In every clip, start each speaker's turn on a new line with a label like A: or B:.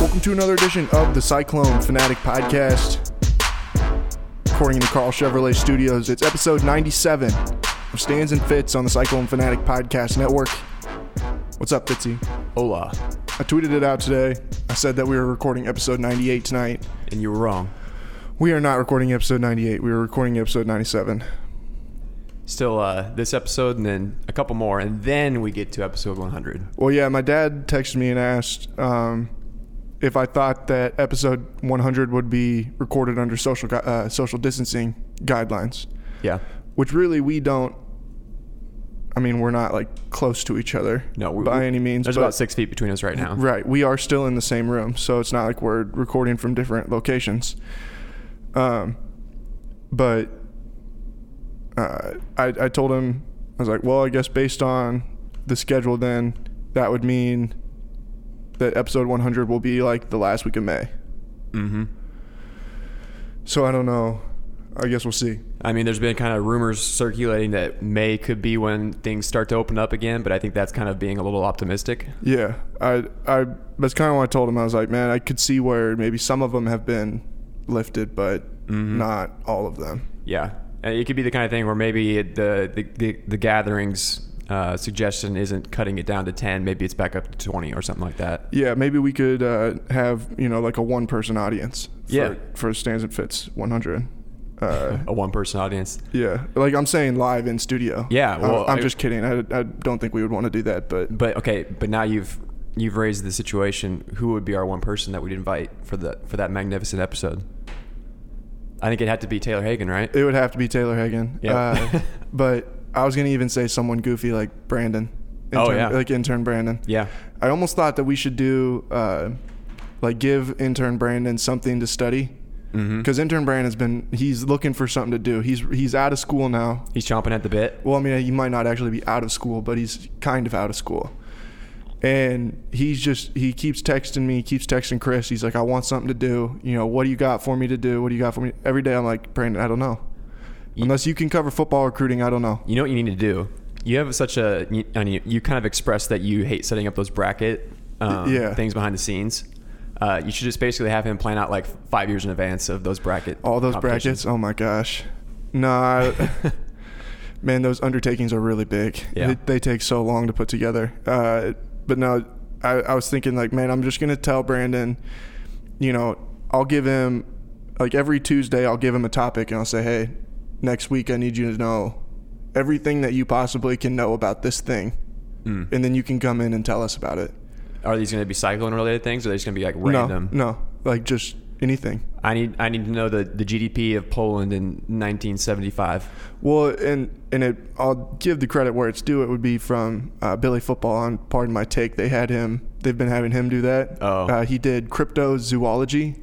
A: Welcome to another edition of the Cyclone Fanatic Podcast. Recording in the Carl Chevrolet Studios, it's episode 97 of Stands and Fits on the Cyclone Fanatic Podcast Network. What's up, Fitzy?
B: Hola.
A: I tweeted it out today. I said that we were recording episode 98 tonight.
B: And you were wrong.
A: We are not recording episode 98. We were recording episode 97.
B: Still, uh, this episode and then a couple more, and then we get to episode 100.
A: Well, yeah, my dad texted me and asked um, if I thought that episode 100 would be recorded under social gui- uh, social distancing guidelines,
B: Yeah.
A: which really we don't. I mean, we're not like close to each other
B: No, we,
A: by
B: we-
A: any means.
B: There's
A: but-
B: about six feet between us right now.
A: Right. We are still in the same room, so it's not like we're recording from different locations. Um, but uh, I, I told him, I was like, well, I guess based on the schedule, then that would mean that episode 100 will be like the last week of May.
B: Mm-hmm.
A: So I don't know. I guess we'll see.
B: I mean, there's been kind of rumors circulating that May could be when things start to open up again, but I think that's kind of being a little optimistic.
A: Yeah, I, I, that's kind of what I told him. I was like, man, I could see where maybe some of them have been lifted, but
B: Mm-hmm.
A: not all of them.
B: Yeah, And it could be the kind of thing where maybe it, the, the the the gatherings uh, suggestion isn't cutting it down to ten. Maybe it's back up to twenty or something like that.
A: Yeah, maybe we could uh, have you know like a one person audience. For,
B: Yeah.
A: For stands and fits 100. Uh,
B: A one person audience.
A: yeah, like I'm saying live in studio.
B: Yeah, well,
A: I'm, I'm
B: I-
A: just kidding. I, I don't think we would want to do that, but
B: But okay, but now you've you've raised the situation. Who would be our one person that we'd invite for the for that magnificent episode? I think it had to be Taylor Hagen, right?
A: it would have to be Taylor Hagen.
B: Yeah.
A: Uh, but I was gonna even say someone goofy like Brandon.
B: Oh,
A: Intern-
B: yeah.
A: Like intern Brandon.
B: Yeah,
A: I almost thought that we should do uh, like give intern Brandon something to study. Because intern Brandon's been he's looking for something to do. He's he's out of school now.
B: he's chomping at the bit.
A: well, I mean, he might not actually be out of school, but he's kind of out of school. And he's just, he keeps texting me, keeps texting Chris. He's like, I want something to do. You know, what do you got for me to do? What do you got for me? Every day I'm like, Brandon, I don't know. Unless you can cover football recruiting, I don't know.
B: You know what you need to do. You have such a you- and you, you kind of expressed that you hate setting up those bracket um,
A: Yeah.
B: things behind the scenes. Uh, you should just basically have him plan out like five years in advance of those bracket
A: All those
B: competitions.
A: brackets. Oh my gosh. Nah. I- man, those undertakings are really big.
B: Yeah.
A: They, they take so long to put together. Uh, but no, I, I was thinking like, man, I'm just gonna tell Brandon, you know, I'll give him like every Tuesday, I'll give him a topic and I'll say, hey, next week I need you to know everything that you possibly can know about this thing,
B: Mm.
A: and then you can come in and tell us about it.
B: Are these going to be cycling related things, or are they just going to be like random?
A: No, no, like just anything.
B: I need I need to know the, the GDP of Poland in 1975.
A: Well, and and it, I'll give the credit where it's due. It would be from uh, Billy Football on Pardon My Take. They had him. They've been having him do that.
B: Oh.
A: Uh, he did cryptozoology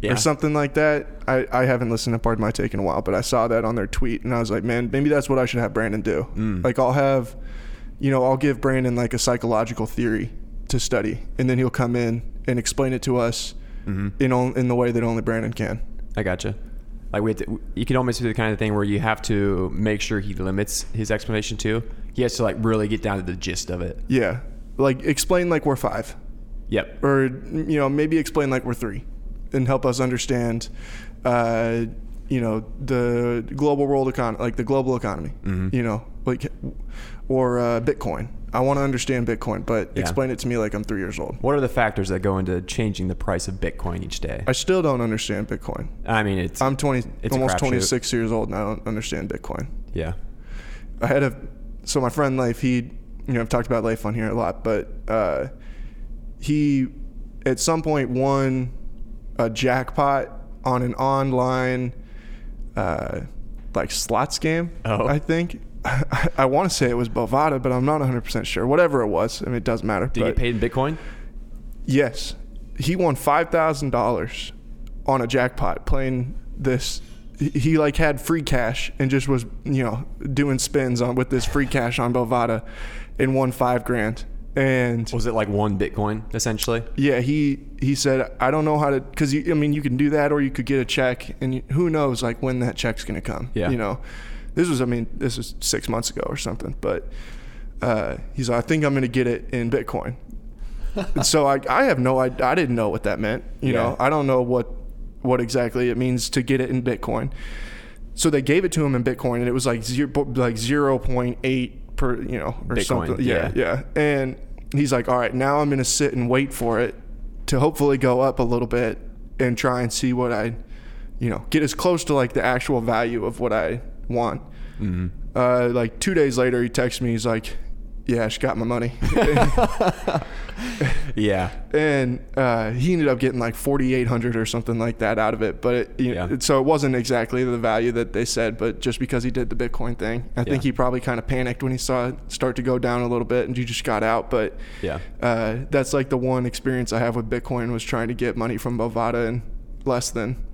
B: Yeah.
A: or something like that. I, I haven't listened to Pardon My Take in a while, but I saw that on their tweet and I was like, man, maybe that's what I should have Brandon do. Like I'll have, you know, I'll give Brandon like a psychological theory to study, and then he'll come in and explain it to us in on, in the way that only Brandon can.
B: I gotcha. Like we, have to, you can almost do the kind of thing where you have to make sure he limits his explanation too. He has to like really get down to the gist of it.
A: Yeah, like explain like we're five.
B: Yep.
A: or you know maybe explain like we're three and help us understand uh, you know the global world economy like the global economy
B: Mm-hmm.
A: you know like or uh, bitcoin i want to understand bitcoin but
B: Yeah.
A: explain it to me like i'm three years old
B: What are the factors that go into changing the price of Bitcoin each day?
A: i still don't understand bitcoin
B: I mean, it's
A: i'm 20
B: It's a
A: almost
B: crapshoot.
A: 26 years old and i don't understand bitcoin
B: yeah,
A: I had a so my friend Leif, he you know I've talked about Leif on here a lot, but uh, he at some point won a jackpot on an online uh, like slots game.
B: Oh.
A: I think I, I want to say it was Bovada, but I'm not 100 percent sure. Whatever it was, I mean it doesn't matter.
B: do you
A: but
B: get paid in Bitcoin?
A: Yes, he won five thousand dollars on a jackpot playing this. He- He like had free cash and just was you know doing spins on with this free cash on Bovada, and won five grand. And
B: Was it like one Bitcoin essentially?
A: yeah, he he said I don't know how to because I mean you can do that or you could get a check and you- who knows like when that check's gonna come.
B: Yeah.
A: you know, this was I mean this was six months ago or something, but uh, he's like I think I'm gonna get it in Bitcoin, And so I, I have no, I, I didn't know what that meant. You know,
B: Yeah.
A: I don't know what, what exactly it means to get it in Bitcoin. So they gave it to him in Bitcoin, and it was like zero, like zero point eight per, you know, or
B: Bitcoin,
A: something. Yeah, yeah.
B: yeah.
A: And he's like, all right, now I'm gonna sit and wait for it to hopefully go up a little bit and try and see what I, you know, get as close to like the actual value of what I want.
B: Mm-hmm.
A: Uh, like two days later, he texts me. He's like, "Yeah, she got my money,"
B: yeah.
A: and uh, he ended up getting like forty eight hundred or something like that out of it. But it, you
B: Yeah.
A: it- so it wasn't exactly the value that they said. But just because he did the Bitcoin thing, I think
B: Yeah.
A: he probably kind of panicked when he saw it start to go down a little bit, and you just got out. But
B: Yeah.
A: uh, that's like the one experience I have with Bitcoin was trying to get money from Bovada in less than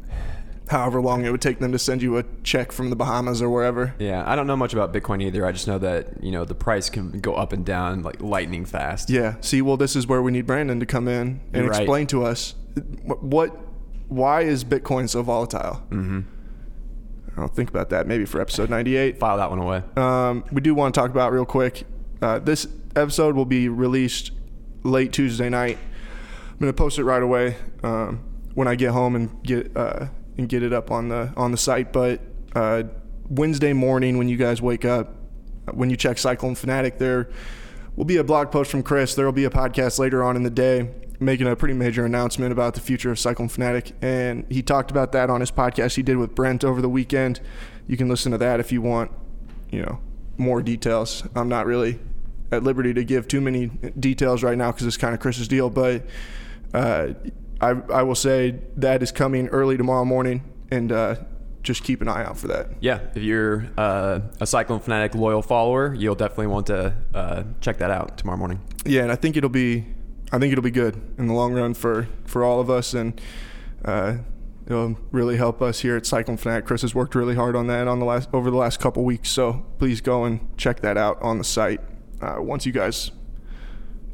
A: however long it would take them to send you a check from the Bahamas or wherever.
B: Yeah, I don't know much about Bitcoin either. I just know that, you know, the price can go up and down like lightning fast.
A: Yeah. See, well, this is where we need Brandon to come in and
B: You're right.
A: explain to us wh- what, why is Bitcoin so volatile? Mm-hmm. I'll think about that maybe for episode 98.
B: File that one away.
A: Um, we do want to talk about real quick. Uh, this episode will be released late Tuesday night. I'm gonna post it right away um, when I get home and get uh, and get it up on the on the site. But uh, Wednesday morning, when you guys wake up, uh, when you check Cyclone Fanatic, there will be a blog post from Chris. There will be a podcast later on in the day making a pretty major announcement about the future of Cyclone Fanatic, and he talked about that on his podcast he did with Brent over the weekend. You can listen to that if you want, you know, more details. I'm not really at liberty to give too many details right now because it's kind of Chris's deal. But uh, I, I will say that is coming early tomorrow morning, and uh, just keep an eye out for that.
B: Yeah, if you're uh, a Cyclone Fanatic loyal follower, you'll definitely want to uh, check that out tomorrow morning.
A: Yeah, and I think it'll be, I think it'll be good in the long run for for all of us, and uh, it'll really help us here at Cyclone Fanatic. Chris has worked really hard on that on the last over the last couple weeks, so please go and check that out on the site. Uh, once you guys,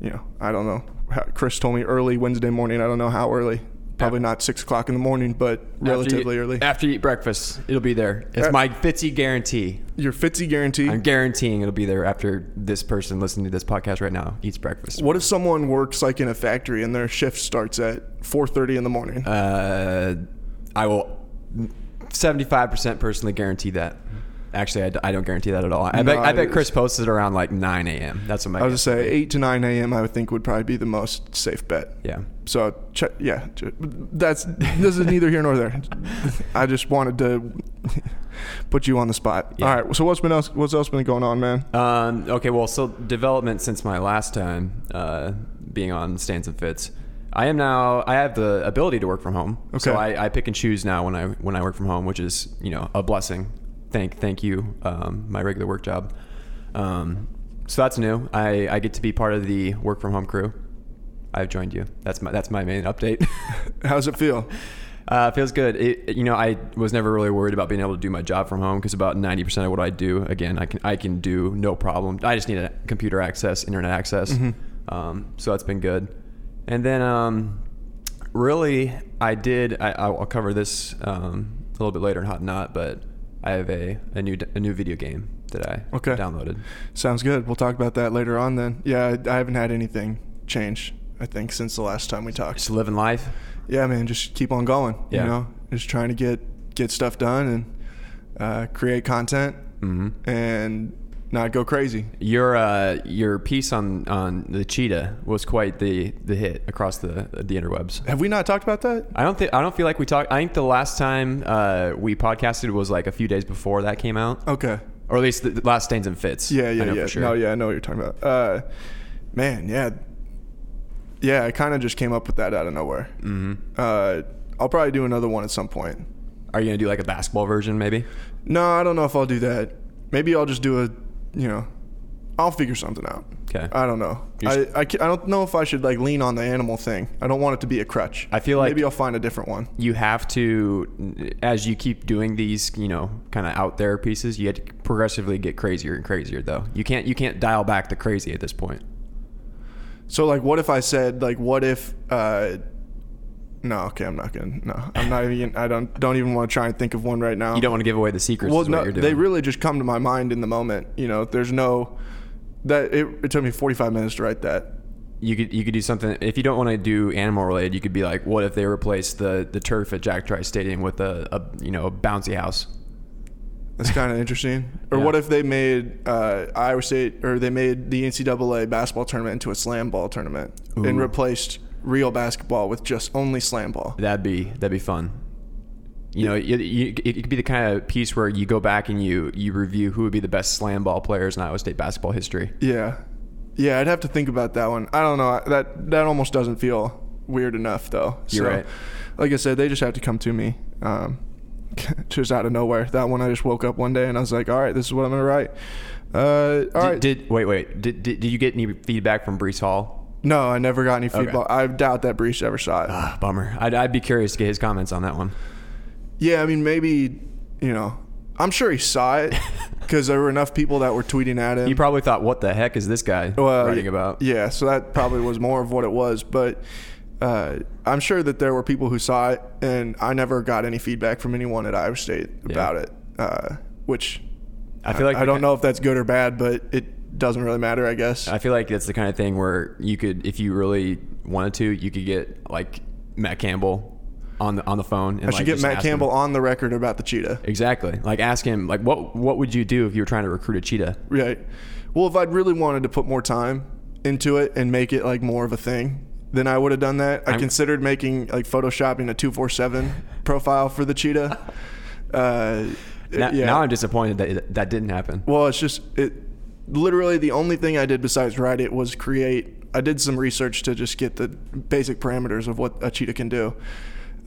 A: you know, I don't know. how- Chris told me early Wednesday morning. I don't know how early. Probably not six o'clock in the morning, but
B: After
A: relatively
B: you,
A: early.
B: After you eat breakfast, it'll be there. It's
A: Uh,
B: my Fitzy guarantee.
A: Your Fitzy guarantee.
B: I'm guaranteeing it'll be there after this person listening to this podcast right now eats breakfast.
A: what if someone works like in a factory and their shift starts at 4:30 in the morning?
B: Uh, I will 75% personally guarantee that. Actually, I, d- I don't guarantee that at all. I, bet, I bet Chris posts it around like 9 a.m. That's what my
A: I was gonna say eight to nine a.m. I would think would probably be the most safe bet.
B: Yeah.
A: So check, yeah, ch- that's this is neither here nor there. I just wanted to put you on the spot. All right. So what's been else? What's else been going on, man?
B: Um, okay, well, so development since my last time uh, being on stands and fits. I am now. I have the ability to work from home. So
A: Okay.
B: I, I pick and choose now when I when I work from home, which is you know a blessing. Thank thank you, um, my regular work job. Um, so that's new. I, I get to be part of the work from home crew. I've joined you. That's my that's my main update.
A: How's it feel?
B: Uh, feels good. It, you know, I was never really worried about being able to do my job from home because about ninety percent of what I do, again, I can I can do no problem. I just need a computer access, internet access. Um, so that's been good. And then, um, really, I did. I, I'll cover this um, a little bit later in Hot Not, but I have a, a new a new video game that I
A: Okay.
B: downloaded.
A: Sounds good. We'll talk about that later on then. Yeah, I, I haven't had anything change. I think since the last time we talked.
B: Just living life.
A: Yeah, man. Just keep on going.
B: Yeah.
A: You know, just trying to get get stuff done and uh, create content
B: hmm
A: and not go crazy.
B: Your uh, your piece on, on the cheetah was quite the, the hit across the the interwebs.
A: Have we not talked about that?
B: I don't think I don't feel like we talked. I think the last time uh, we podcasted was like a few days before that came out,
A: Okay.
B: or at least the, the last stains and fits.
A: Yeah,
B: I
A: yeah,
B: know
A: yeah.
B: For sure.
A: No, yeah, I know what you're talking about. Uh, man, yeah, yeah. I kind of just came up with that out of nowhere. Mm-hmm. Uh, I'll probably do another one at some point.
B: Are you gonna do like a basketball version, maybe?
A: No, I don't know if I'll do that. Maybe I'll just do a, you know, I'll figure something out.
B: 'Kay.
A: I don't know.
B: You
A: I,
B: s-
A: I, ca- I don't know if I should like lean on the animal thing. I don't want it to be a crutch.
B: I feel like-
A: maybe I'll find a different one.
B: You have to, as you keep doing these, you know, kind of out there pieces. You have to progressively get crazier and crazier, though. You can't you can't dial back the crazy at this point.
A: So like, what if I said like, what if? Uh, no, okay, I'm not gonna. No, I'm not even. I don't don't even want to try and think of one right now.
B: You don't want to give away the secrets.
A: well
B: is what
A: no
B: you're doing.
A: they really just come to my mind in the moment you know there's no that it, it took me 45 minutes to write that
B: you could you could do something if you don't want to do animal related. You could be like, what if they replace the the turf at Jack Trice Stadium with a, a you know a bouncy house?
A: That's kind of interesting. Or
B: Yeah.
A: what if they made uh, Iowa State or they made the NCAA basketball tournament into a slam ball tournament and
B: Ooh.
A: replaced real basketball with just only slam ball?
B: That'd be that'd be fun. You know, you, you, it could be the kind of piece where you go back and you you review who would be the best slam ball players in Iowa State basketball history.
A: Yeah, yeah. I'd have to think about that one. I don't know. That that almost doesn't feel weird enough though.
B: You're right.
A: Like I said, they just have to come to me. Um, just out of nowhere. That one I just woke up one day and I was like, all right, this is what I'm gonna write. Uh, all right.
B: Did, did wait wait did, did did you get any feedback from Brees Hall?
A: no, I never got any feedback. I doubt that Brees ever saw it.
B: Ah, bummer. I'd, I'd be curious to get his comments on that one.
A: Yeah, I mean, maybe, you know, I'm sure he saw it because there were enough people that were tweeting at him.
B: You probably thought, what the heck is this guy
A: Well,
B: writing
A: uh, y-
B: about?
A: Yeah, so that probably was more of what it was. But uh, I'm sure that there were people who saw it, and I never got any feedback from anyone at Iowa State about it, uh, which
B: I feel like
A: I don't know if that's good or bad, but it doesn't really matter, I guess.
B: I feel like that's the kind of thing where you could, if you really wanted to, you could get like Matt Campbell on the on the phone. And,
A: I should get Matt Campbell on the record about the cheetah.
B: Exactly. Like ask him, like what what would you do if you were trying to recruit a cheetah?
A: Right. Well, if I'd really wanted to put more time into it and make it like more of a thing, then I would have done that. I
B: I'm-
A: considered making like photoshopping a 247 profile for the cheetah. Uh,
B: Now,
A: yeah.
B: now I'm disappointed that that didn't happen.
A: well, it's just it literally the only thing I did besides write it was create. I did some research to just get the basic parameters of what a cheetah can do.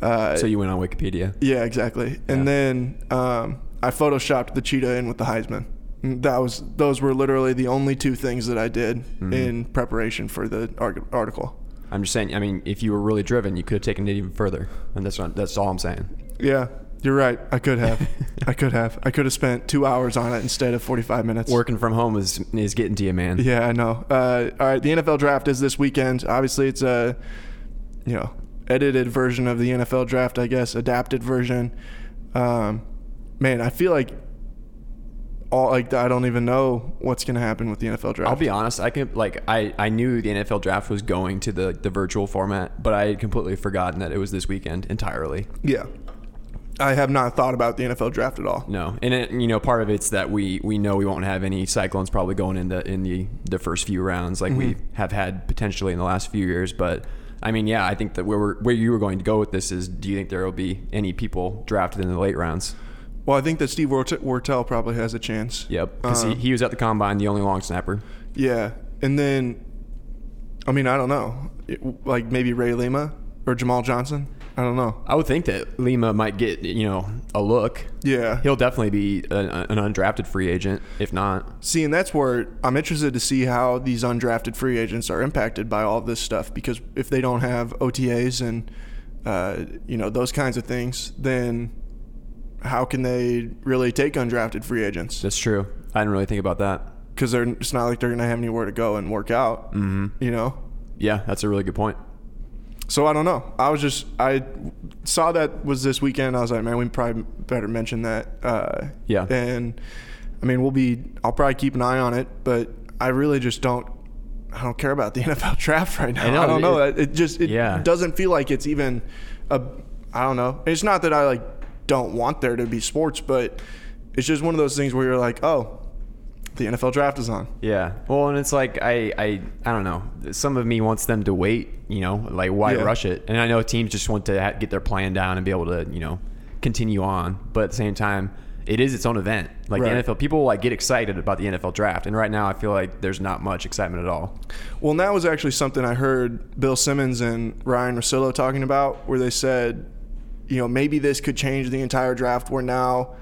A: Uh,
B: So you went on Wikipedia.
A: yeah, exactly. And
B: Yeah.
A: then um, I photoshopped the cheetah in with the Heisman. And That was those were literally the only two things that I did
B: Mm-hmm.
A: in preparation for the ar- article.
B: I'm just saying. I mean, if you were really driven, you could have taken it even further. And that's what, that's all I'm saying.
A: Yeah, you're right. I could have, I could have, I could have spent two hours on it instead of 45 minutes.
B: Working from home is is getting to you, man.
A: Yeah, I know. Uh, all right, the NFL draft is this weekend. Obviously, it's a you know edited version of the NFL draft, I guess, adapted version. Um, man, I feel like all like I don't even know what's gonna happen with the NFL draft.
B: I'll be honest. I can like I, I knew the NFL draft was going to the, the virtual format, but I had completely forgotten that it was this weekend entirely.
A: yeah, I have not thought about the NFL draft at all.
B: No, and it, you know part of it's that we we know we won't have any cyclones probably going in the in the the first few rounds like we have had potentially in the last few years. But I mean, yeah, I think that where we're, where you were going to go with this is, do you think there will be any people drafted in the late rounds?
A: Well, I think that Steve Wert- Wertel probably has a chance.
B: Yep, because he, he was at the combine, the only long snapper.
A: Yeah, and then I mean I don't know, It- like maybe Ray Lima or Jamal Johnson. I don't know.
B: I would think that Lima might get you know a look.
A: Yeah,
B: He'll definitely be an, an undrafted free agent, if not.
A: See, and that's where I'm interested to see how these undrafted free agents are impacted by all this stuff. Because if they don't have OTAs and uh, you know those kinds of things, then how can they really take undrafted free agents?
B: That's true. I didn't really think about that.
A: Because they're it's not like they're gonna have anywhere to go and work out. Mm-hmm. You know,
B: Yeah, that's a really good point.
A: so I don't know. I was just I saw that was this weekend. I was like, man, we probably better mention that. Uh,
B: Yeah.
A: And I mean, we'll be. I'll probably keep an eye on it, but I really just don't. I don't care about the NFL draft right now. I,
B: I know,
A: don't
B: it-
A: know. It, just it
B: Yeah.
A: doesn't feel like it's even a. I don't know. It's not that I like don't want there to be sports, but it's just one of those things where you're like, oh, the NFL draft is on.
B: Yeah. Well, and it's like I, I, I don't know. Some of me wants them to wait. You know, like why
A: Yeah.
B: rush it? And I know teams just want to ha- get their plan down and be able to, you know, continue on. But at the same time, it is its own event. Like
A: Right.
B: the NFL, people like get excited about the NFL draft, and right now I feel like there's not much excitement at all.
A: Well, and that was actually something I heard Bill Simmons and Ryan Rossillo talking about, where they said, you know, maybe this could change the entire draft. Where now,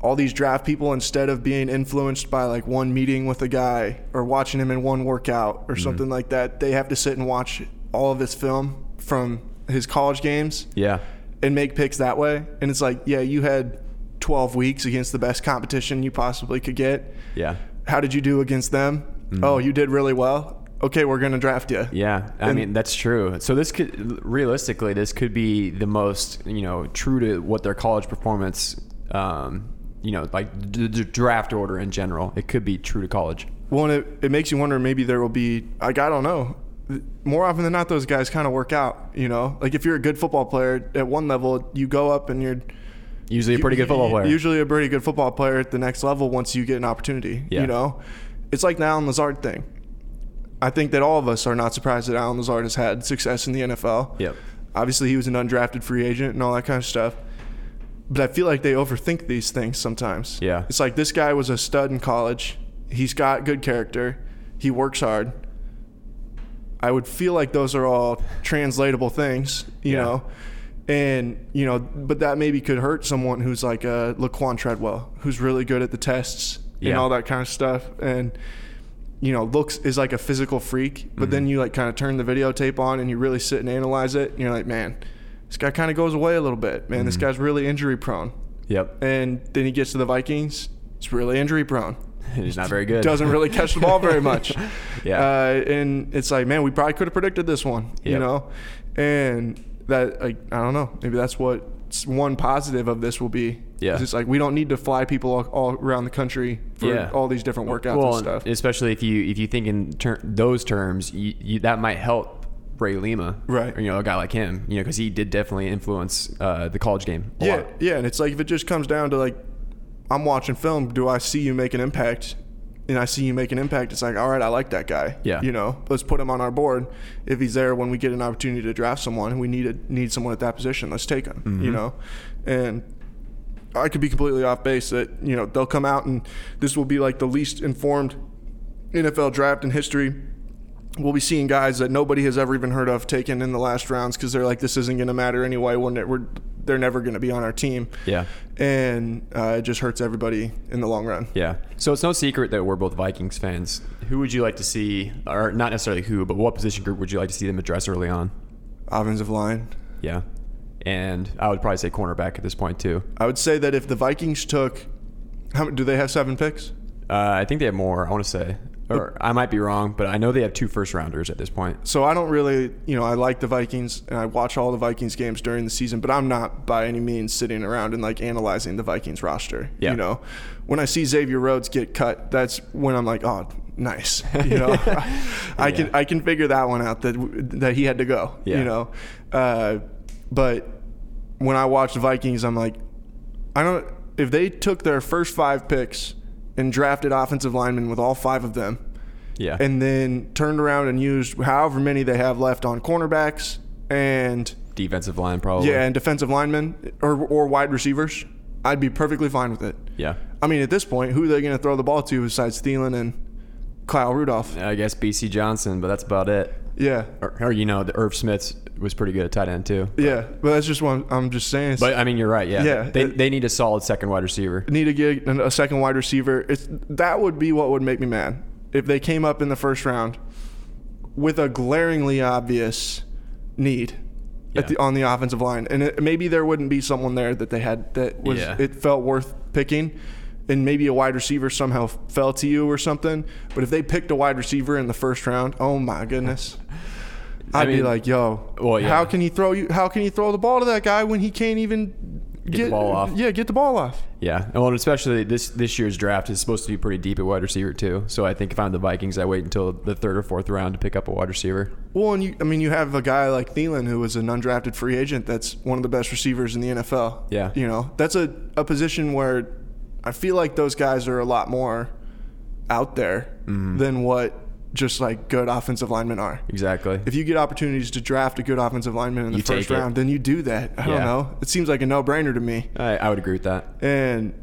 A: all these draft people, instead of being influenced by like one meeting with a guy or watching him in one workout or something like that, they have to sit and watch all of this film from his college games
B: Yeah.
A: and make picks that way. And it's like, yeah, you had 12 weeks against the best competition you possibly could get
B: Yeah.
A: how did you do against them? Oh, you did really well. Okay, we're going to draft you.
B: Mm. Yeah, I mean that's true. So this could realistically, this could be the most you know true to what their college performance, um, you know, like d- d- draft order in general. It could be true to college.
A: Well, and it, it makes you wonder maybe there will be, like, I don't know. more often than not, those guys kind of work out. You know, like if you're a good football player at one level, you go up and you're
B: Usually a pretty good football player.
A: Usually a pretty good football player at the next level once you get an opportunity.
B: Yeah.
A: You know, it's like the Alan Lazard thing. I think that all of us are not surprised that Alan Lazard has had success in the NFL.
B: Yep.
A: Obviously, he was an undrafted free agent and all that kind of stuff. But I feel like they overthink these things sometimes.
B: Yeah.
A: It's like this guy was a stud in college. He's got good character. He works hard. I would feel like those are all translatable things, you
B: Yeah.
A: know. And, you know, but that maybe could hurt someone who's like a Laquan Treadwell, who's really good at the tests and
B: Yeah.
A: all that kind of stuff. And, you know, looks is like a physical freak, but then you like kind of turn the videotape on and you really sit and analyze it. And you're like, man, this guy kind of goes away a little bit. Man, this guy's really injury prone.
B: Yep.
A: And then he gets to the Vikings, it's really injury prone.
B: He's not very good.
A: Doesn't really catch the ball very much.
B: Yeah.
A: Uh, and it's like, man, we probably could have predicted this one, you
B: Yep.
A: know? And that, like, I don't know. Maybe that's what s- one positive of this will be.
B: Yeah.
A: It's just like, we don't need to fly people all, all around the country for
B: Yeah.
A: all these different workouts
B: well,
A: and stuff.
B: especially if you if you think in ter- those terms, you, you, that might help Ray Lima,
A: Right.
B: Or, you know, a guy like him, you know, because he did definitely influence uh, the college game. A
A: yeah.
B: lot.
A: Yeah. And it's like, if it just comes down to like, I'm watching film, do I see you make an impact? And I see you make an impact. It's like, all right, I like that guy.
B: Yeah.
A: You know, let's put him on our board. If he's there when we get an opportunity to draft someone and we need a, need someone at that position, let's take him. You know, and I could be completely off base that you know they'll come out and this will be like the least informed NFL draft in history. We'll be seeing guys that nobody has ever even heard of taken in the last rounds because they're like, this isn't going to matter anyway. We're, ne- we're they're never going to be on our team.
B: Yeah.
A: and uh, it just hurts everybody in the long run.
B: Yeah. So it's no secret that we're both Vikings fans. Who would you like to see, or not necessarily who, but what position group would you like to see them address early on?
A: Offensive line.
B: Yeah. And I would probably say cornerback at this point too.
A: I would say that if the Vikings took, how do they have seven picks?
B: Uh, I think they have more. I want to say, or I might be wrong, but I know they have two first rounders at this point.
A: So I don't really, you know, I like the Vikings and I watch all the Vikings games during the season, but I'm not by any means sitting around and like analyzing the Vikings roster.
B: Yeah.
A: You know, when I see Xavier Rhodes get cut, that's when I'm like, oh, nice. You know, I
B: Yeah.
A: can I can figure that one out that that he had to go.
B: Yeah.
A: You know, uh, but when I watch the Vikings, I'm like, I don't. If they took their first five picks and drafted offensive linemen with all five of them,
B: Yeah.
A: and then turned around and used however many they have left on cornerbacks and
B: defensive line probably.
A: yeah, and defensive linemen or or wide receivers, I'd be perfectly fine with it.
B: Yeah.
A: I mean, at this point, who are they going to throw the ball to besides Thielen and Kyle Rudolph?
B: I guess BC Johnson, but that's about it.
A: Yeah,
B: Or, or you know, the Irv Smith was pretty good at tight end too.
A: yeah, but that's just one. I'm just saying. It's,
B: But I mean, you're right. Yeah.
A: Yeah.
B: They, they need a solid second wide receiver.
A: need to get an- a second wide receiver. It's that would be what would make me mad if they came up in the first round with a glaringly obvious need
B: Yeah.
A: at the, on the offensive line, and it, maybe there wouldn't be someone there that they had that was
B: Yeah.
A: it felt worth picking. And maybe a wide receiver somehow f- fell to you or something. But if they picked a wide receiver in the first round, oh my goodness,
B: I
A: I'd be
B: mean-
A: like, "Yo,
B: Well, yeah.
A: how can he throw you? How can he throw the ball to that guy when he can't even get,
B: the ball off.
A: Yeah, get the ball off.
B: Yeah. Well, and especially this this year's draft is supposed to be pretty deep at wide receiver too. So I think if I'm the Vikings, I wait until the third or fourth round to pick up a wide receiver.
A: Well, and you, I mean, you have a guy like Thielen who was an undrafted free agent. That's one of the best receivers in the NFL.
B: Yeah.
A: you know, that's a, a position where I feel like those guys are a lot more out there
B: Mm-hmm.
A: than what just like good offensive linemen are.
B: Exactly.
A: If you get opportunities to draft a good offensive lineman in the
B: You take
A: first
B: it.
A: round, then you do that. I don't
B: Yeah.
A: know. It seems like a no-brainer to me.
B: I, I would agree with that.
A: And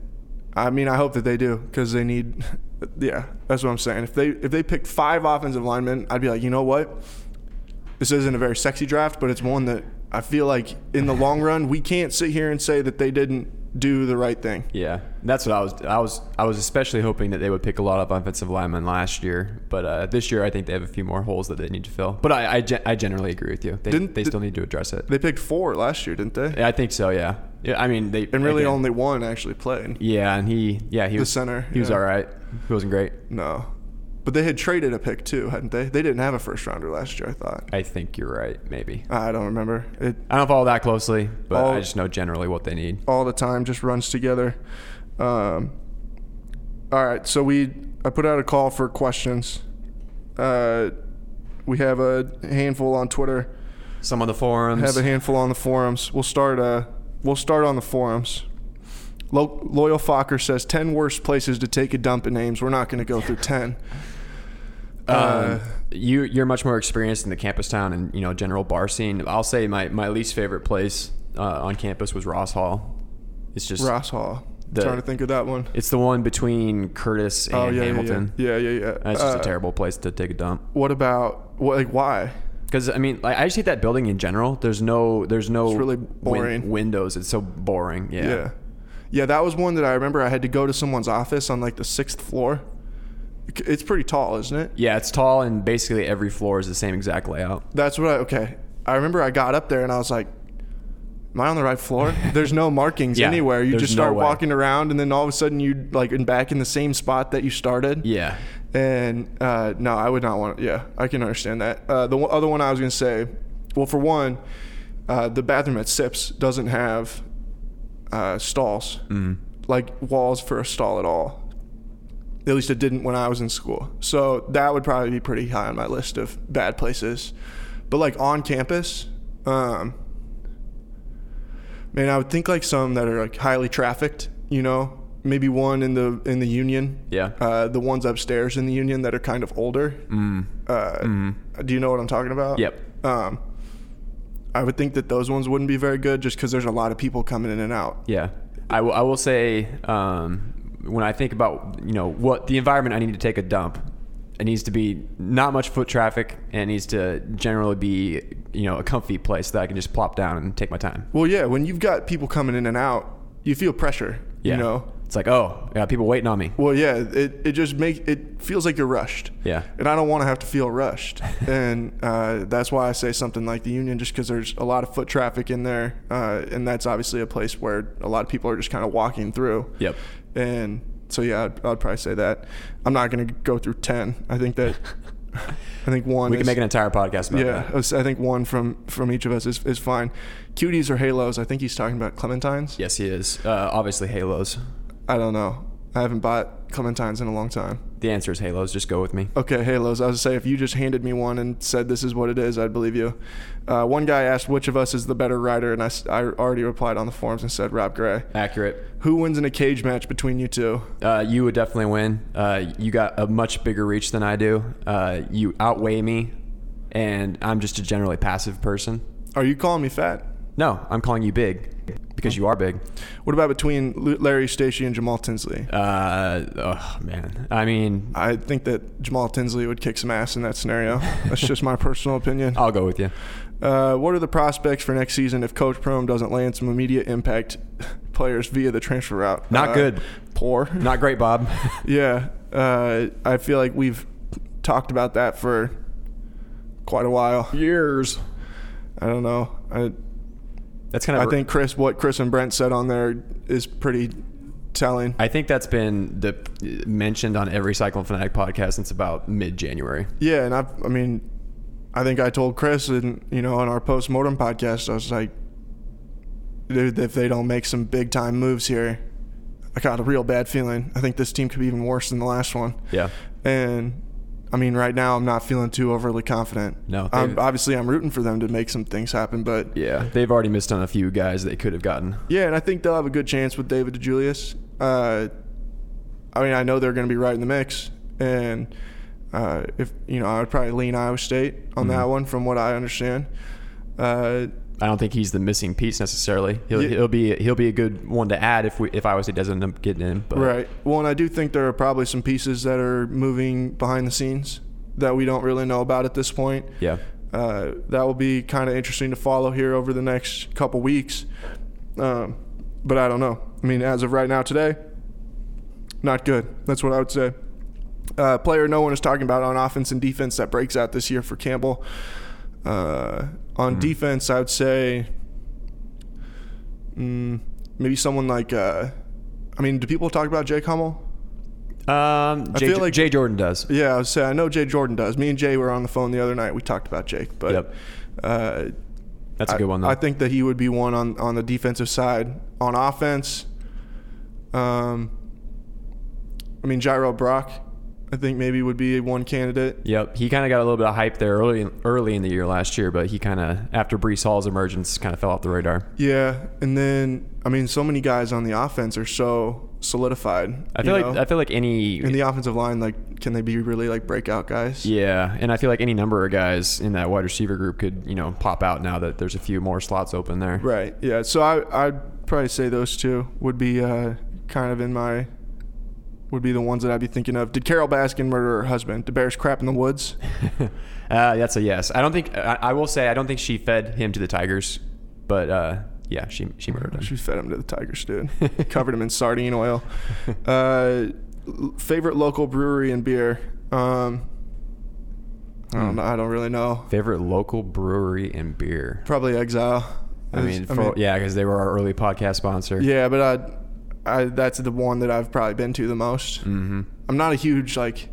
A: I mean, I hope that they do because they need. Yeah, that's what I'm saying. If they if they picked five offensive linemen, I'd be like, you know what? This isn't a very sexy draft, but it's one that I feel like in the long run we can't sit here and say that they didn't do the right thing.
B: Yeah, that's what I was. I was. I was especially hoping that they would pick a lot of offensive linemen last year, but uh, this year I think they have a few more holes that they need to fill. But I, I, gen- I generally agree with you. They,
A: Didn't-
B: they still need to address it.
A: They picked four last year, didn't they?
B: Yeah, I think so. Yeah. Yeah. I mean, they
A: And really
B: again-
A: only one actually played.
B: Yeah, and he. Yeah, he was
A: center,
B: He was
A: yeah.
B: all right. He wasn't great.
A: No, but they had traded a pick too, hadn't they? They didn't have a first rounder last year. I thought.
B: I think you're right. Maybe
A: I don't remember. It
B: I don't follow that closely, but
A: All-
B: I just know generally what they need.
A: all the time just runs together. Um, all right, so we I put out a call for questions. Uh, We have a handful on Twitter.
B: Some of the forums.
A: Have a handful on the forums. We'll start. Uh, we'll start on the forums. Lo- Loyal Fokker says ten worst places to take a dump in Ames. We're not going to go through ten. Uh,
B: Um, you you're much more experienced in the campus town and you know general bar scene. I'll say my, my least favorite place uh, on campus was Ross Hall. It's just
A: Ross Hall.
B: The-
A: Trying to think of that one.
B: it's the one between Curtis and
A: Oh yeah,
B: Hamilton.
A: yeah, yeah, yeah, yeah.
B: That's just
A: Uh,
B: a terrible place to take a dump.
A: What about what? Like why?
B: Because I mean, like, I just hate that building in general. There's no there's no
A: It's really
B: win-
A: boring.
B: windows. It's so boring. Yeah.
A: Yeah. yeah. that was one that I remember. I had to go to someone's office on like the sixth floor. C- It's pretty tall, isn't it?
B: Yeah, it's tall and basically every floor is the same exact layout.
A: That's what I, okay. I remember I got up there and I was like, am I on the right floor? There's no markings
B: Yeah,
A: anywhere. You
B: there's
A: just
B: no
A: start
B: way.
A: walking around and then all of a sudden you like in back in the same spot that you started.
B: Yeah.
A: And uh, no, I would not want. Yeah, I can understand that. Uh, the one, other one I was gonna say, well, for one, uh, the bathroom at Sips doesn't have uh, stalls, like walls for a stall at all. At least it didn't when I was in school. So that would probably be pretty high on my list of bad places. But like on campus, um, man, I would think like some that are like highly trafficked. You know, maybe one in the in the Union.
B: Yeah.
A: Uh, the ones upstairs in the Union that are kind of older. Uh, Do you know what I'm talking about?
B: Mm. Mm-hmm. Yep.
A: Um, I would think that those ones wouldn't be very good just because there's a lot of people coming in and out.
B: Yeah, I will- I will say um, when I think about you know what the environment I need to take a dump, it needs to be not much foot traffic and it needs to generally be you know a comfy place that I can just plop down and take my time.
A: Well, yeah, when you've got people coming in and out, you feel pressure.
B: Yeah.
A: You know.
B: it's like oh, I got people waiting on me.
A: Well, yeah, it, it just make it feels like you're rushed.
B: Yeah.
A: And I don't want to have to feel rushed. and uh, that's why I say something like the Union, just because there's a lot of foot traffic in there. Uh, and that's obviously a place where a lot of people are just kind of walking through.
B: Yep.
A: And so, yeah, I'd, I'd probably say that. I'm not going to go through 10. I think that, I think one.
B: We
A: is,
B: can make an entire podcast about
A: yeah, I
B: that.
A: was- I think one from from each of us is, is fine. Cuties or halos? I think he's talking about clementines.
B: Yes, he is. Uh, obviously, halos.
A: I don't know. I haven't bought clementines in a long time.
B: The answer is halos. Just go with me.
A: Okay, Halos. I was gonna say if you just handed me one and said this is what it is, I'd believe you. Uh, one guy asked which of us is the better rider, and I, s- I already replied on the forums and said Rob Gray.
B: Accurate.
A: Who wins in a cage match between you two?
B: Uh, you would definitely win. Uh, you got a much bigger reach than I do. Uh, you outweigh me, and I'm just a generally passive person.
A: Are you calling me fat?
B: No, I'm calling you big because you are big.
A: What about between Lu- Larry Stacey and Jamal Tinsley?
B: Uh, oh man, I mean,
A: I think that Jamal Tinsley would kick some ass in that scenario. That's just my personal opinion.
B: I'll go with you.
A: Uh, what are the prospects for next season if Coach Prom doesn't land some immediate impact players via the transfer route?
B: Not
A: Uh,
B: good.
A: Poor.
B: Not great, Bob.
A: Yeah, uh, I feel like we've talked about that for quite a while.
B: Years.
A: I don't know. I
B: That's kind of.
A: I think Chris, what Chris and Brent said on there is pretty telling.
B: I think that's been the mentioned on every Cyclone Fanatic podcast since about mid-January.
A: Yeah, and I, I mean, I think I told Chris, and you know, on our post mortem podcast, I was like, dude, if they don't make some big time moves here, I got a real bad feeling. I think this team could be even worse than the last one.
B: Yeah.
A: And I mean, right now I'm not feeling too overly confident.
B: No,
A: I'm,
B: they've-
A: obviously I'm rooting for them to make some things happen, but yeah.
B: Yeah, they've already missed on a few guys they could have gotten.
A: and I think they'll have a good chance with David DeJulius. Uh, I mean, I know they're going to be right in the mix, and uh, if you know, I would probably lean Iowa State on that one, from what I understand. Uh,
B: I don't think he's the missing piece necessarily. He'll,
A: Yeah.
B: he'll be he'll be a good one to add if we if Iowa State doesn't end up getting in. But
A: Right. Well, and I do think there are probably some pieces that are moving behind the scenes that we don't really know about at this point.
B: yeah,
A: uh, that will be kind of interesting to follow here over the next couple weeks. Um, but I don't know. I mean, as of right now today, not good. That's what I would say. Uh, player no one is talking about on offense and defense that breaks out this year for Campbell. Uh, on defense, I would say mm, maybe someone like, uh, I mean, do people talk about Jake Hummel?
B: um, Jay,
A: feel like-
B: Jay Jordan does.
A: Yeah, I was saying, I know Jay Jordan does. Me and Jay were on the phone the other night. We talked about Jake, but
B: Yep.
A: uh,
B: That's a
A: I-
B: good one though.
A: I think that he would be one on, on the defensive side. On offense, um, I mean, Gyro Brock, I think maybe would be one candidate.
B: Yep, he kind of got a little bit of hype there early early in the year last year, but he kind of after Brees Hall's emergence kind of fell off the radar.
A: Yeah, and then I mean, so many guys on the offense are so solidified.
B: I
A: you
B: feel like
A: know?
B: I feel like any
A: in the offensive line, like, can they be really like breakout guys?
B: yeah, and I feel like any number of guys in that wide receiver group could you know pop out now that there's a few more slots open there.
A: Right. Yeah. So I I'd probably say those two would be uh, kind of in my would be the ones that I'd be thinking of. Did Carol Baskin murder her husband? Did bears crap in the woods?
B: uh, that's a yes. I don't think I, I will say I don't think she fed him to the Tigers, but uh, yeah, she she murdered him.
A: She fed him to the tigers, dude. Covered him in sardine oil. Uh, l- favorite local brewery and beer. Um, I
B: Hmm.
A: don't know. I don't really know.
B: Favorite local brewery and beer.
A: Probably Exile.
B: I mean,
A: I
B: for, yeah, because they were our early podcast sponsor.
A: yeah, but I, I that's the one that I've probably been to the most.
B: hmm
A: I'm not a huge like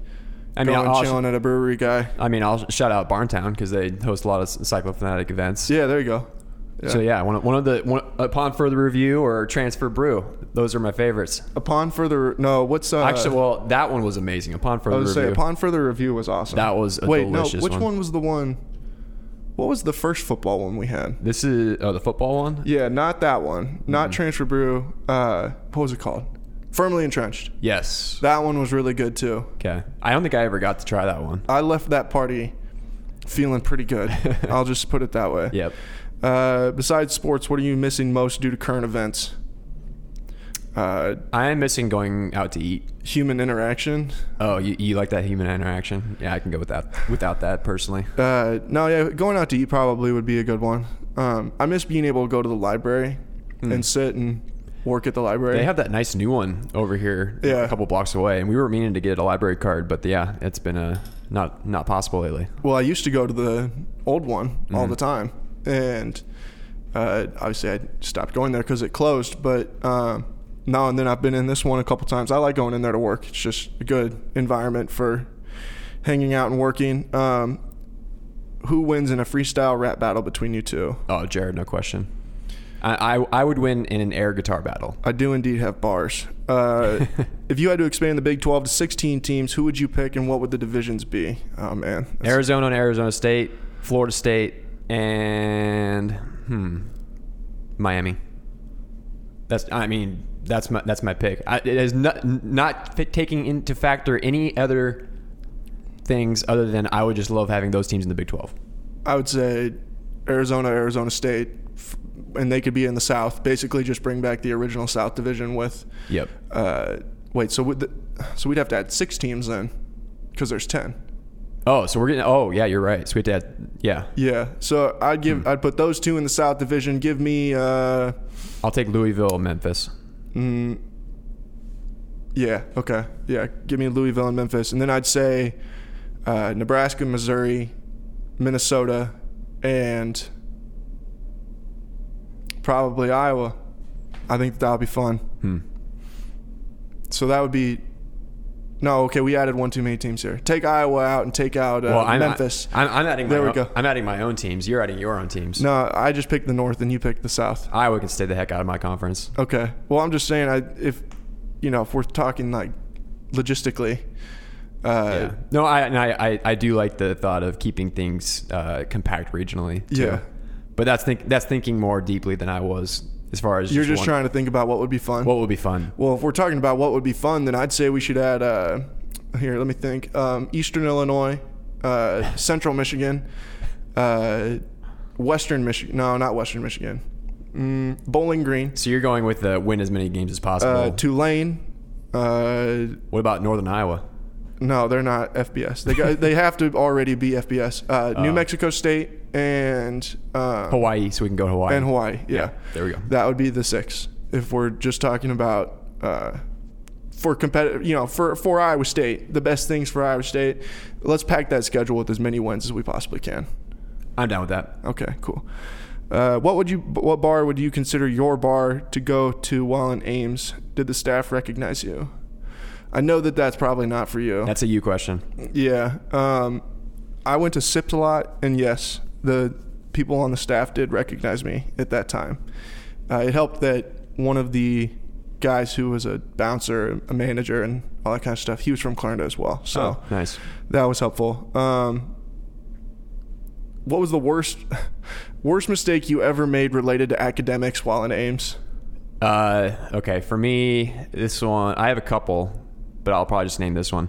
B: I mean,
A: going
B: I'll-
A: chilling at a brewery guy.
B: I mean, I'll shout out Barntown because they host a lot of cyclofanatic events.
A: Yeah, there you go.
B: So yeah, one of, one of the one, upon further review or transfer brew, those are my favorites.
A: Upon further no, what's uh,
B: Actually, well, that one was amazing. Upon
A: I
B: further
A: would
B: review,
A: say upon further review was awesome.
B: That was a
A: wait
B: delicious
A: no, which
B: one.
A: one. was the one? What was the first football one we had?
B: this is oh, the football one.
A: Yeah, not that one. Not transfer brew. Uh, what was it called? Firmly entrenched.
B: Yes.
A: That one was really good too.
B: Okay. I don't think I ever got to try that one.
A: I left that party feeling pretty good. I'll just put it that way.
B: Yep.
A: Uh, besides sports, what are you missing most due to current events? Uh,
B: I am missing going out to eat.
A: human interaction.
B: Oh, you, you like that human interaction? Yeah, I can go without without that personally.
A: Uh, no, yeah, going out to eat probably would be a good one. Um, I miss being able to go to the library and sit and work at the library.
B: They have that nice new one over here,
A: Yeah.
B: a couple blocks away, and we were meaning to get a library card, but yeah, it's been uh not not possible lately.
A: well, I used to go to the old one all the time, and uh, obviously I stopped going there because it closed. But um, now and then I've been in this one a couple times. I like going in there to work. It's just a good environment for hanging out and working. Um, who wins in a freestyle rap battle between you two?
B: Oh, Jared, no question. I, I, I would win in an air guitar battle.
A: I do indeed have bars. Uh, if you had to expand the Big 12 to 16 teams, who would you pick and what would the divisions be? Oh, man. That's-
B: Arizona and Arizona State, Florida State, and hmm, Miami. That's I mean that's my that's my pick. I, it is not not fit, taking into factor any other things other than I would just love having those teams in the Big Twelve.
A: I would say Arizona, Arizona State, f- and they could be in the South. Basically, just bring back the original South division with.
B: Yep.
A: Uh, wait, so would the, so we'd have to add six teams then, because there's ten.
B: Oh, so we're getting. Oh, yeah, you're right. Sweet Dad. Yeah,
A: Yeah, so I'd give I'd put those two in the South division. Give me, uh,
B: I'll take Louisville, Memphis.
A: mm, yeah, okay, yeah, give me Louisville and Memphis, and then I'd say uh, Nebraska, Missouri, Minnesota, and probably Iowa. I think that'll be fun.
B: Hmm.
A: So that would be. No, okay, we added one too many teams here. Take Iowa out and take out uh,
B: Well, I'm
A: Memphis.
B: I'm, I'm adding.
A: There
B: my
A: we
B: own,
A: go.
B: I'm adding my own teams. You're adding your own teams.
A: no, I just picked the North and you picked the South.
B: Iowa can stay the heck out of my conference.
A: Okay. Well, I'm just saying, I if you know, if we're talking like logistically, uh,
B: Yeah. No, I and I, I, I do like the thought of keeping things uh, compact regionally. too.
A: Yeah.
B: But that's think that's thinking more deeply than I was as far as
A: you're just
B: one-
A: trying to think about what would be fun.
B: what would be fun.
A: Well, if we're talking about what would be fun, then I'd say we should add uh, here. Let me think. Um, Eastern Illinois, uh, Central Michigan, uh, Western Michigan. No, not Western Michigan. Mm, Bowling Green,
B: So you're going with the win as many games as possible.
A: uh, Tulane. Uh,
B: what about Northern Iowa?
A: no, they're not FBS. They got, they have to already be FBS. Uh, New
B: Oh.
A: Mexico State and uh,
B: Hawaii, so we can go to Hawaii.
A: and Hawaii. Yeah.
B: There we go.
A: That would be the six if we're just talking about uh, for competitive, you know, for for Iowa State, the best things for Iowa State. Let's pack that schedule with as many wins as we possibly can.
B: I'm down with that.
A: Okay, cool. Uh, what would you? What bar would you consider your bar to go to while in Ames? Did the staff recognize you? I know that that's probably not for you.
B: That's a you question.
A: Yeah. Um, I went to Sipped a lot, and yes, the people on the staff did recognize me at that time. Uh, it helped that one of the guys who was a bouncer, a manager, and all that kind of stuff. He was from Clarendon as well, so
B: Oh, nice.
A: that was helpful. Um, what was the worst worst mistake you ever made related to academics while in Ames?
B: Uh, okay, for me, this one I have a couple, but I'll probably just name this one.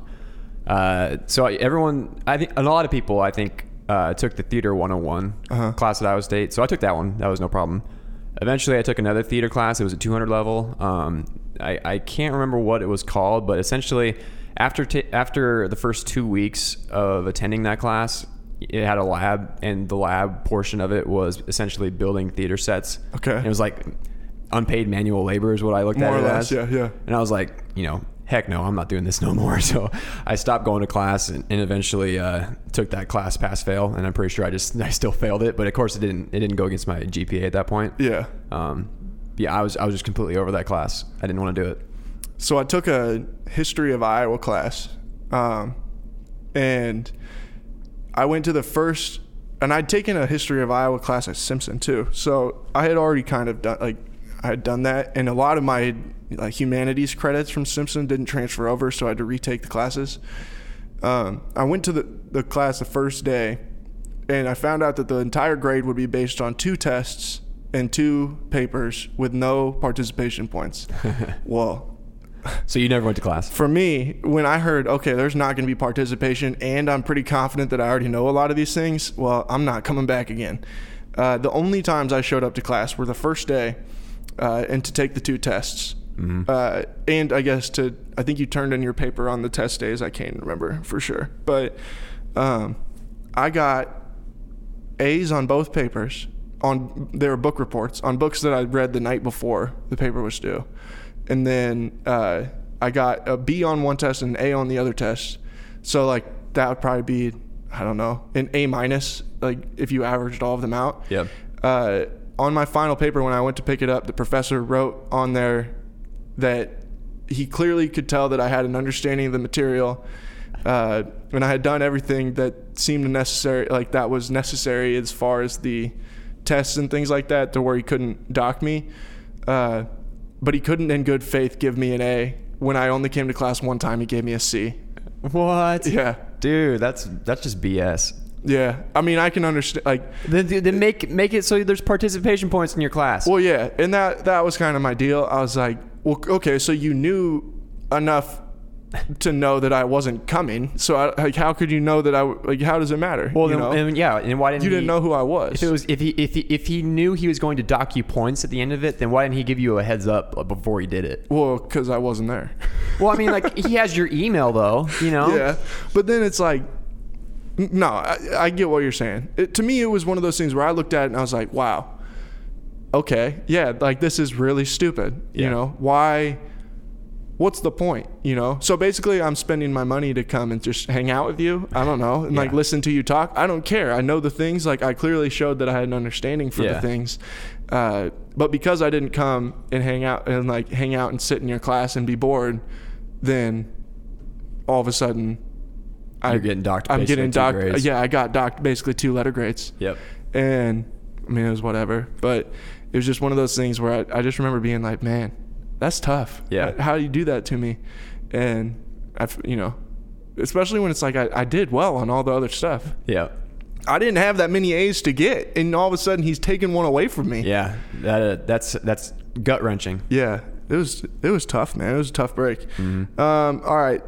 B: Uh, so everyone, I think a lot of people, I think, uh, took the theater 101
A: Uh-huh.
B: class at Iowa State. So I took that one. That was no problem. Eventually, I took another theater class. It was a 200 level. Um, I, I can't remember what it was called, but essentially, after ta after the first two weeks of attending that class, it had a lab, and the lab portion of it was essentially building theater sets.
A: Okay.
B: And it was like unpaid manual labor is what I looked
A: More
B: at
A: or
B: it
A: less,
B: as.
A: yeah, yeah.
B: And I was like, you know, heck no, I'm not doing this no more. So I stopped going to class and, and eventually uh, took that class pass fail. And I'm pretty sure I just I still failed it, but of course it didn't it didn't go against my GPA at that point.
A: Yeah.
B: Um, yeah, I was I was just completely over that class. I didn't want to do it.
A: So I took a history of Iowa class, um, and I went to the first, and I'd taken a history of Iowa class at Simpson too. So I had already kind of done like I had done that, and a lot of my like humanities credits from Simpson didn't transfer over, so I had to retake the classes. Um, I went to the, the class the first day, and I found out that the entire grade would be based on two tests and two papers with no participation points. well,
B: So you never went to class.
A: for me, when I heard, okay, there's not going to be participation, and I'm pretty confident that I already know a lot of these things, well, I'm not coming back again. Uh, the only times I showed up to class were the first day uh, and to take the two tests. Uh, and I guess to, I think you turned in your paper on the test days. I can't remember for sure. But um, I got A's on both papers. On they were book reports on books that I read the night before the paper was due, and then uh, I got a B on one test and an A on the other test. So like that would probably be I don't know an A minus like if you averaged all of them out.
B: Yep.
A: Uh, on my final paper when I went to pick it up, the professor wrote on there that he clearly could tell that I had an understanding of the material, uh, and I had done everything that seemed necessary, like that was necessary as far as the tests and things like that, to where he couldn't dock me. Uh, but he couldn't, in good faith, give me an A when I only came to class one time. He gave me a C.
B: What?
A: Yeah,
B: Dude, that's that's just BS.
A: yeah. I mean, I can understand. Like,
B: Then, then make make it so there's participation points in your class.
A: well, yeah, and that that was kind of my deal. I was like, well, okay, so you knew enough. To know that I wasn't coming, so I, like, how could you know that I w- like? How does it matter?
B: Well,
A: you
B: then,
A: know?
B: and yeah, and why didn't
A: You didn't
B: he-
A: know who I was.
B: If it was if he if he if he knew he was going to dock you points at the end of it, then why didn't he give you a heads up before he did it?
A: well, because I wasn't there.
B: Well, I mean, like he has your email though, you know.
A: yeah, but then it's like, n- no, I, I get what you're saying. It, to me, it was one of those things where I looked at it and I was like, wow, okay, yeah, like this is really stupid. You
B: Yeah.
A: know why? What's the point? You know. So basically, I'm spending my money to come and just hang out with you. I don't know, and like
B: Yeah.
A: listen to you talk. I don't care. I know the things. Like I clearly showed that I had an understanding for the
B: Yeah.
A: things. Uh, but because I didn't come and hang out and like hang out and sit in your class and be bored, then all of a sudden I,
B: You're getting docked
A: I'm
B: basically
A: getting
B: two
A: docked. uh,
B: grades.
A: Yeah, I got docked basically two letter grades.
B: Yep.
A: And I mean, it was whatever. But it was just one of those things where I, I just remember being like, man, that's tough.
B: Yeah.
A: How do you do that to me? And I, f- you know, especially when it's like I, I did well on all the other stuff.
B: Yeah.
A: I didn't have that many A's to get. And all of a sudden he's taking one away from me.
B: Yeah. That uh, that's that's gut wrenching.
A: Yeah, it was it was tough, man. It was a tough break. Um, all right,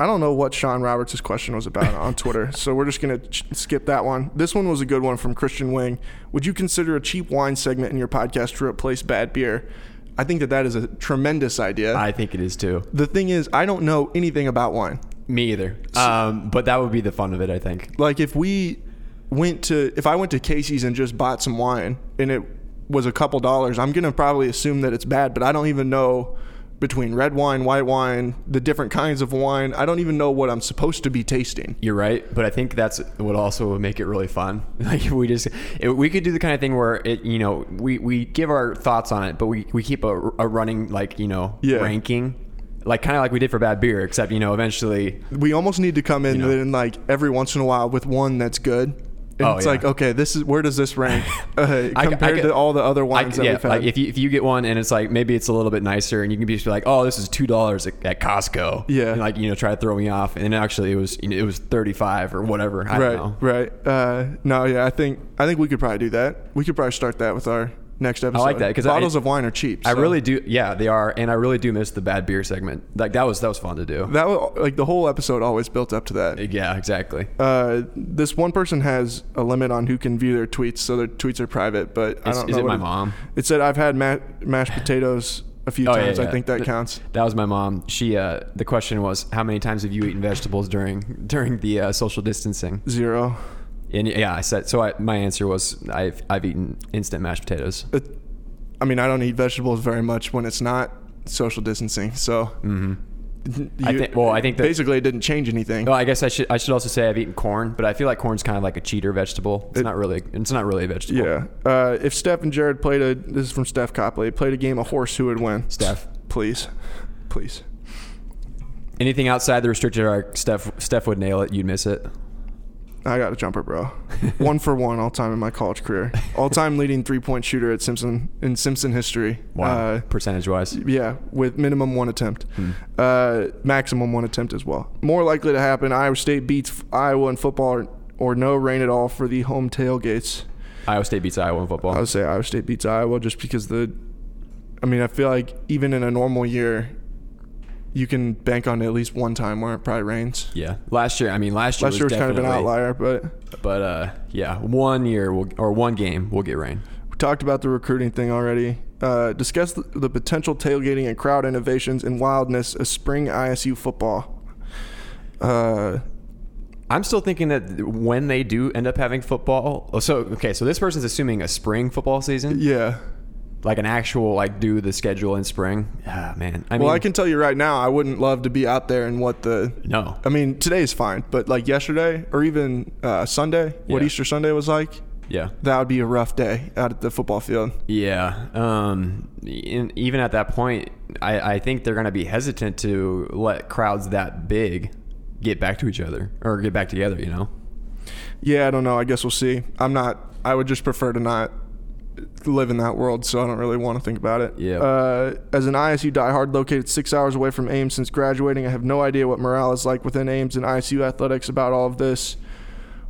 A: I don't know what Sean Roberts' question was about on Twitter, so we're just gonna ch- skip that one. This one was a good one from Christian Wing. Would you consider a cheap wine segment in your podcast to replace bad beer? I think that that is a tremendous idea.
B: I think it is too.
A: the thing is, I don't know anything about wine.
B: Me either. Um, but that would be the fun of it, I think.
A: Like if we went to if I went to Casey's and just bought some wine and it was a couple dollars, I'm gonna probably assume that it's bad, but I don't even know between red wine, white wine, the different kinds of wine. I don't even know what I'm supposed to be tasting.
B: You're right, but I think that's what also would make it really fun. Like if we just if we could do the kind of thing where it, you know, we we give our thoughts on it, but we we keep a, a running like you know
A: Yeah.
B: ranking, like kind of like we did for bad beer, except you know eventually
A: We almost need to come in
B: know.
A: and like every once in a while with one that's good And
B: Oh,
A: it's
B: yeah.
A: like, okay, this is where does this rank uh,
B: I c- I
A: compared
B: c-
A: to all the other
B: I-
A: wines that
B: yeah,
A: we've had?
B: like if you if you get one and it's like maybe it's a little bit nicer and you can be just be like, oh, this is two dollars at, at Costco.
A: Yeah.
B: and like you know, try to throw me off, and actually it was you know, it was thirty five or whatever. I
A: right,
B: don't know.
A: right. Uh, no, yeah, I think I think we could probably do that. We could probably start that with our next episode.
B: like that, 'cause I-
A: bottles of wine are cheap.
B: I
A: so
B: really do. Yeah, they are, and I really do miss the bad beer segment. Like that was that was fun to do.
A: that was, like the whole episode always built up to that.
B: yeah, exactly.
A: Uh, this one person has a limit on who can view their tweets, so their tweets are private. But I
B: Is-
A: don't
B: is
A: know
B: it
A: what
B: my mom?
A: It said I've had ma- mashed potatoes a few
B: Oh, yeah,
A: times. I
B: yeah.
A: think that
B: Th-
A: counts.
B: That was my mom. She uh, the question was how many times have you eaten vegetables during during the uh, social distancing?
A: Zero.
B: And yeah, I said so. I, my answer was I've I've eaten instant mashed potatoes.
A: It, I mean, I don't eat vegetables very much when it's not social distancing. So,
B: Mm-hmm. I
A: you-
B: think- well, I think that-
A: basically it didn't change anything.
B: Well, I guess I should I should also say I've eaten corn, but I feel like corn's kind of like a cheater vegetable. It's not really it's not really a vegetable.
A: Yeah. Uh, if Steph and Jared played a this is from Steph Copley played a game of horse, who would win?
B: Steph.
A: please, please.
B: Anything outside the restricted arc, Steph Steph would nail it. You'd miss it.
A: I got a jumper, bro. one for one all time in my college career. All time leading three point shooter at Simpson in Simpson history. Uh,
B: Percentage wise,
A: yeah, with minimum one attempt, uh, maximum one attempt as well. More likely to happen: Iowa State beats Iowa in football, or, or no rain at all for the home tailgates.
B: Iowa State beats Iowa in football.
A: I would say Iowa State beats Iowa just because the. I mean, I feel like even in a normal year, you can bank on at least one time where it probably rains.
B: yeah, last year. I mean, last year
A: Last year was kind of an
B: definitely-
A: outlier, but
B: But uh, yeah, one year will or one game will get rain.
A: we talked about the recruiting thing already. Uh, discuss the, the potential tailgating and crowd innovations and wildness of spring ISU football. Uh,
B: I'm still thinking that when they do end up having football, oh, so okay, so this person's assuming a spring football season,
A: yeah.
B: like an actual like do the schedule in spring. Ah, man. I
A: Well,
B: mean,
A: I can tell you right now, I wouldn't love to be out there and what the.
B: no.
A: I mean, today's fine, but like yesterday or even uh, Sunday, what
B: Yeah.
A: Easter Sunday was like,
B: Yeah.
A: that would be a rough day out at the football field.
B: Yeah. Um, in, even at that point, I, I think they're going to be hesitant to let crowds that big get back to each other or get back together, you know?
A: Yeah, I don't know. I guess we'll see. I'm not. I would just prefer to not live in that world, so I don't really want to think about it.
B: Yeah.
A: Uh, as an ISU diehard located six hours away from Ames since graduating, I have no idea what morale is like within Ames and ISU athletics about all of this.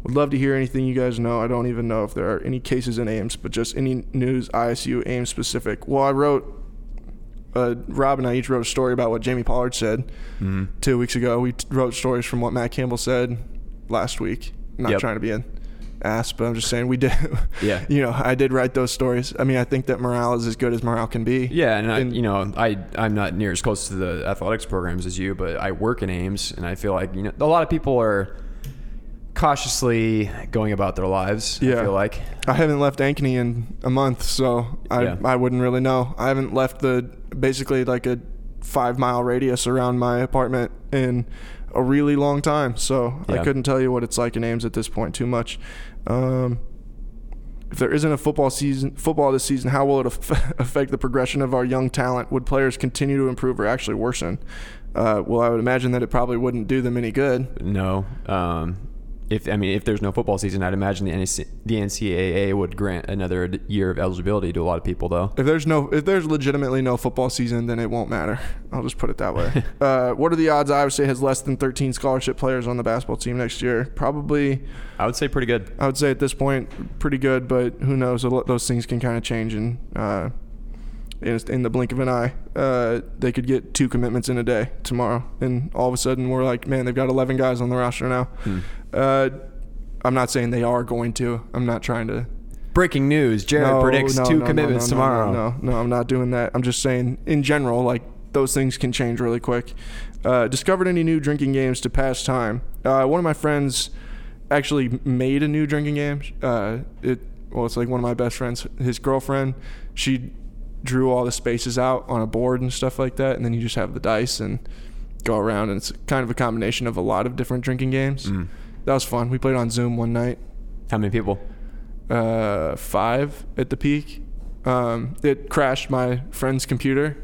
A: Would love to hear anything you guys know. I don't even know if there are any cases in Ames, but just any news ISU Ames specific. Well, I wrote. Uh, Rob and I each wrote a story about what Jamie Pollard said
B: Mm-hmm.
A: two weeks ago. We t- wrote stories from what Matt Campbell said last week. Not
B: Yep.
A: trying to be an ass, but I'm just saying we did.
B: Yeah.
A: you know, I did write those stories. I mean, I think that morale is as good as morale can be.
B: Yeah. And, I,
A: And-
B: you know, I, I'm not near as close to the athletics programs as you, but I work in Ames and I feel like, you know, a lot of people are cautiously going about their lives.
A: Yeah.
B: I feel like.
A: I haven't left Ankeny in a month, so I
B: Yeah.
A: I wouldn't really know. I haven't left the basically like a five mile radius around my apartment in a really long time, so I
B: Yeah.
A: couldn't tell you what it's like in Ames at this point too much. Um, if there isn't a football season, football this season, how will it aff- affect the progression of our young talent? Would players continue to improve or actually worsen? Uh, well, I would imagine that it probably wouldn't do them any good.
B: No. Um, if I mean, if there's no football season, I'd imagine the, NC, the NCAA would grant another year of eligibility to a lot of people, though.
A: If there's no, if there's legitimately no football season, then it won't matter. I'll just put it that way. uh, what are the odds Iowa State has less than 13 scholarship players on the basketball team next year? Probably,
B: I would say pretty good.
A: I would say at this point, pretty good. But who knows? A lot- Those things can kind of change in, uh, in in the blink of an eye. Uh, they could get two commitments in a day tomorrow, and all of a sudden we're like, man, they've got 11 guys on the roster now. Uh, I'm not saying they are going to. I'm not trying to
B: Breaking news: Jared predicts
A: no,
B: two
A: no, no,
B: commitments
A: no, no,
B: tomorrow.
A: No, no, no, I'm not doing that. I'm just saying in general, like those things can change really quick. Uh, discovered any new drinking games to pass time? Uh, one of my friends actually made a new drinking game. Uh, it well, it's like one of my best friends. His girlfriend, she drew all the spaces out on a board and stuff like that, and then you just have the dice and go around, and it's kind of a combination of a lot of different drinking games. That was fun. We played on Zoom one night
B: How many people?
A: uh, five at the peak. Um, it crashed my friend's computer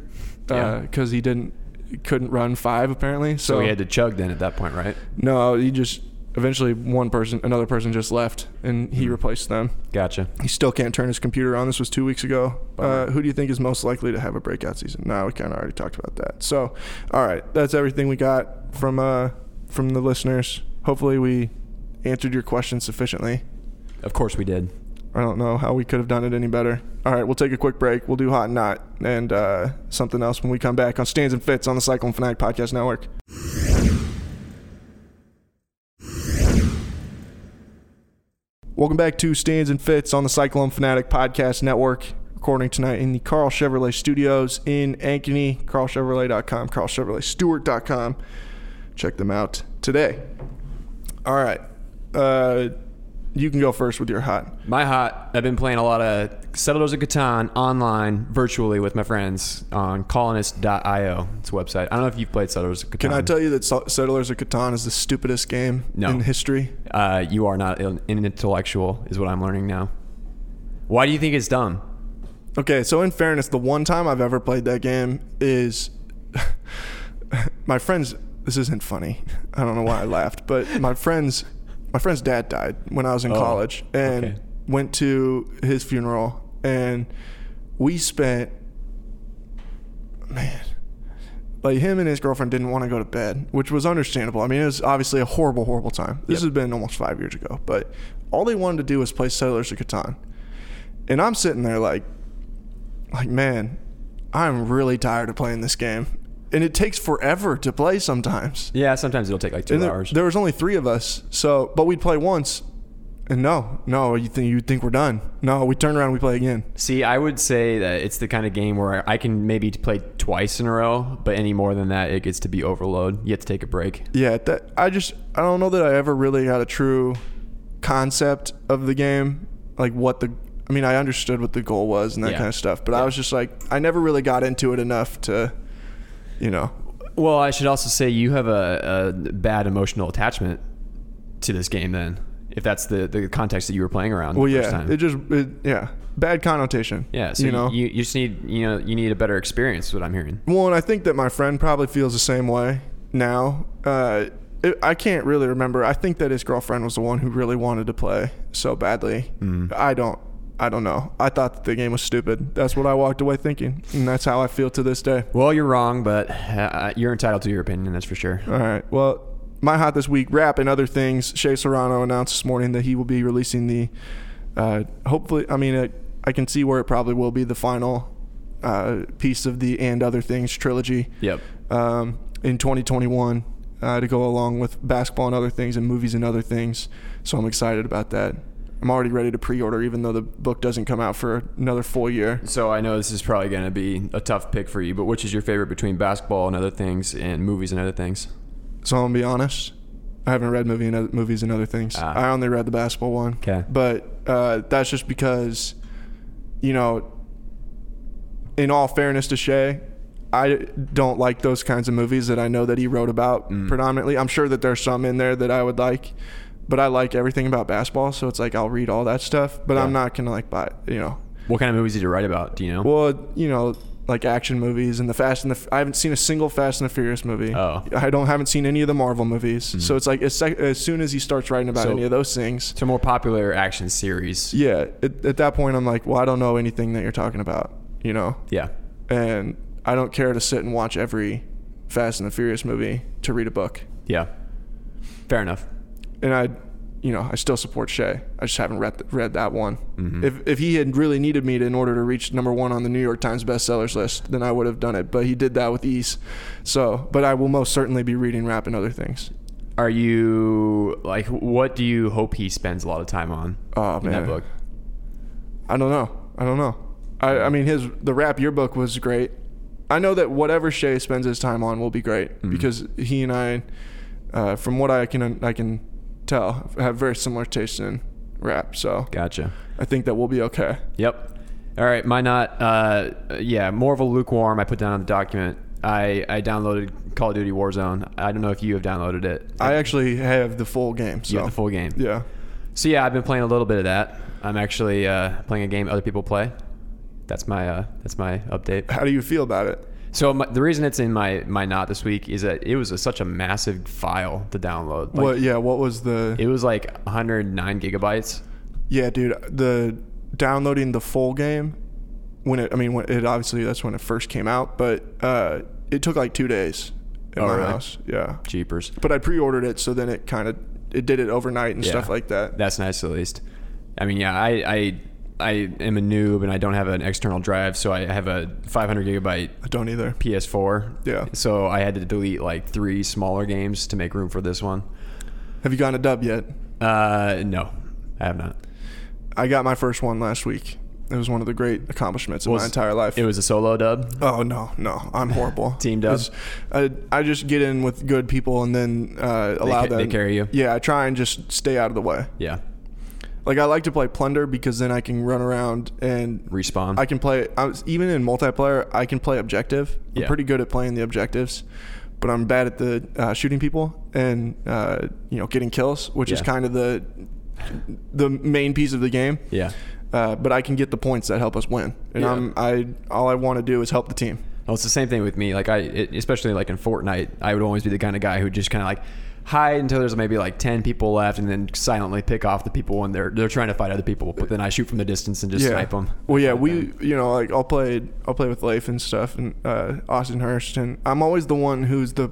A: uh,
B: Yeah.
A: because he didn't couldn't run five apparently. So,
B: So we had to chug then at that point, right?
A: no, he just eventually one person, another person just left, and he replaced them.
B: Gotcha.
A: He still can't turn his computer on. This was two weeks ago. Uh,
B: Bummer.
A: who do you think is most likely to have a breakout season? No, we kind of already talked about that. So, all right, that's everything we got from uh, from the listeners. Hopefully, we answered your questions sufficiently.
B: Of course we did.
A: I don't know how we could have done it any better. All right, we'll take a quick break. We'll do hot and not and uh, something else when we come back on Stands and Fits on the Cycle and Fanatic Podcast Network. Welcome back to Stands and Fits on the Cyclone Fanatic Podcast Network. Recording tonight in the Carl Chevrolet Studios in Ankeny, carlchevrolet.com, carlchevroletstewart.com. Check them out today. All right. Uh, you can go first with your hot.
B: My hot. I've been playing a lot of Settlers of Catan online, virtually with my friends on colonist.io. It's a website. I don't know if you've played Settlers of Catan.
A: Can I tell you that Sel- Settlers of Catan is the stupidest game
B: Um, No.
A: in history?
B: Uh, you are not an intellectual, is what I'm learning now. Why do you think it's dumb?
A: Okay, so in fairness, the one time I've ever played that game is my friend's. This isn't funny. I don't know why I laughed, but my friend's my friend's dad died when I was in
B: Oh,
A: college, and
B: okay.
A: went to his funeral, and we spent man. Like him and his girlfriend didn't want to go to bed, which was understandable. I mean, it was obviously a horrible, horrible time. This
B: Yep.
A: has been almost five years ago, but all they wanted to do was play Settlers of Catan, and I'm sitting there like, like man, I'm really tired of playing this game, and it takes forever to play sometimes.
B: Yeah, sometimes it'll take like two
A: And there,
B: hours.
A: there was only three of us, so but we'd play once, and no, no, you think you think we're done? No, we turn around, and we play again.
B: See, I would say that it's the kind of game where I can maybe play twice in a row, but any more than that, it gets to be overload. You have to take a break.
A: Yeah, that I just I don't know that I ever really had a true concept of the game, like what the I mean I understood what the goal was and that
B: Yeah.
A: kind of stuff, but I
B: Yeah.
A: was just like I never really got into it enough to, you know,
B: Well, I should also say you have a, a bad emotional attachment to this game, then, if that's the, the context that you were playing around.
A: well
B: the
A: yeah
B: first time.
A: it just it, yeah bad connotation
B: yeah. So
A: you know
B: you, you just need you know you need a better experience. Is what I'm hearing.
A: Well, and I think that my friend probably feels the same way now. Uh, it, I can't really remember. I think that his girlfriend was the one who really wanted to play so badly. I don't. I don't know. I thought that the game was stupid. That's what I walked away thinking, and that's how I feel to this day.
B: Well, you're wrong, but uh, you're entitled to your opinion. That's for sure.
A: All right. Well, my hot this week, rap and other things. Shea Serrano announced this morning that he will be releasing the, uh, hopefully, I mean, it, I can see where it probably will be the final uh, piece of the and other things trilogy.
B: Yep.
A: um, in 2021 uh, to go along with basketball and other things and movies and other things. So I'm excited about that. I'm already ready to pre-order, even though the book doesn't come out for another full year.
B: So I know this is probably going to be a tough pick for you, but which is your favorite between basketball and other things, and movies and other things?
A: So I'm gonna be honest. I haven't read movie and other, movies and other things.
B: Ah.
A: I only read the basketball one.
B: 'Kay.
A: But uh, that's just because, you know, in all fairness to Shay, I don't like those kinds of movies that I know that he wrote about
B: Mm.
A: predominantly. I'm sure that there's some in there that I would like, but I like everything about basketball. So it's like I'll read all that stuff, but I'm
B: Yeah.
A: not gonna like buy, you know,
B: What kind of movies did you write about? Do you know?
A: well, you know, like action movies and the Fast and the. I haven't seen a single Fast and the Furious movie.
B: Oh. Mm-hmm.
A: I don't haven't seen any of the Marvel movies. So it's like as, sec- as soon as he starts writing about
B: So-
A: any of those things,
B: so more popular action series.
A: yeah, at, at that point I'm like, well, I don't know anything that you're talking about, you know,
B: Yeah.
A: and I don't care to sit and watch every Fast and the Furious movie to read a book.
B: Yeah. Fair enough.
A: and I, you know, I still support Shea. I just haven't read read that one.
B: Mm-hmm.
A: If if he had really needed me to, in order to reach number one on the New York Times bestsellers list, then I would have done it. But he did that with ease. So, but I will most certainly be reading rap and other things.
B: Are you like what do you hope he spends a lot of time on
A: Oh,
B: in
A: man.
B: that book?
A: I don't know. I don't know. I, I mean, his the rap yearbook was great. I know that whatever Shea spends his time on will be great
B: Mm-hmm.
A: because he and I, uh, from what I can I can tell, have very similar tastes in rap. So
B: Gotcha.
A: I think that we'll be okay.
B: Yep. All right, my not uh yeah, more of a lukewarm I put down on the document. I I downloaded Call of Duty Warzone. I don't know if you have downloaded it.
A: I actually have the full game. So.
B: you have the full game.
A: Yeah.
B: So yeah, I've been playing a little bit of that. I'm actually uh, playing a game other people play. That's my uh, that's my update.
A: How do you feel about it?
B: So my, the reason it's in my my not this week is that it was a, such a massive file to download. Like,
A: what? Yeah. What was the?
B: It was like 109 gigabytes.
A: yeah, dude. The downloading the full game when it. I mean, when it obviously that's when it first came out, but uh, it took like two days in
B: Oh,
A: my
B: really?
A: house. Yeah.
B: Jeepers.
A: But I pre-ordered it, so then it kind of it did it overnight and
B: Yeah.
A: stuff like that.
B: That's nice at least. I mean, yeah, I I I am a noob and I don't have an external drive, so I have a 500 gigabyte
A: I don't either.
B: PS4.
A: Yeah.
B: So I had to delete like three smaller games to make room for this one.
A: Have you gotten a dub yet?
B: Uh, no, I have not.
A: I got my first one last week. It was one of the great accomplishments of
B: Was-
A: my entire life.
B: It was a solo dub.
A: Oh no, no, I'm horrible.
B: Team dub?
A: It's- I, I just get in with good people and then uh, allow
B: ca-
A: them
B: they carry you?
A: Yeah, I try and just stay out of the way.
B: Yeah.
A: Like I like to play plunder because then I can run around and
B: Respawn.
A: I can play. I was, even in multiplayer, I can play objective. I'm
B: Yeah.
A: pretty good at playing the objectives, but I'm bad at the uh, shooting people and uh, you know getting kills, which is
B: Yeah.
A: kind of the the main piece of the game.
B: yeah.
A: Uh, but I can get the points that help us win, and
B: Yeah.
A: I'm I all I want to do is help the team.
B: Well, it's the same thing with me. Like I, it, especially like in Fortnite, I would always be the kind of guy who just kind of like hide until there's maybe like ten people left, and then silently pick off the people when they're they're trying to fight other people. But then I shoot from the distance and just snipe them.
A: Well, yeah, we you know like I'll play I'll play with Leif and stuff and uh, Austin Hurst, and I'm always the one who's the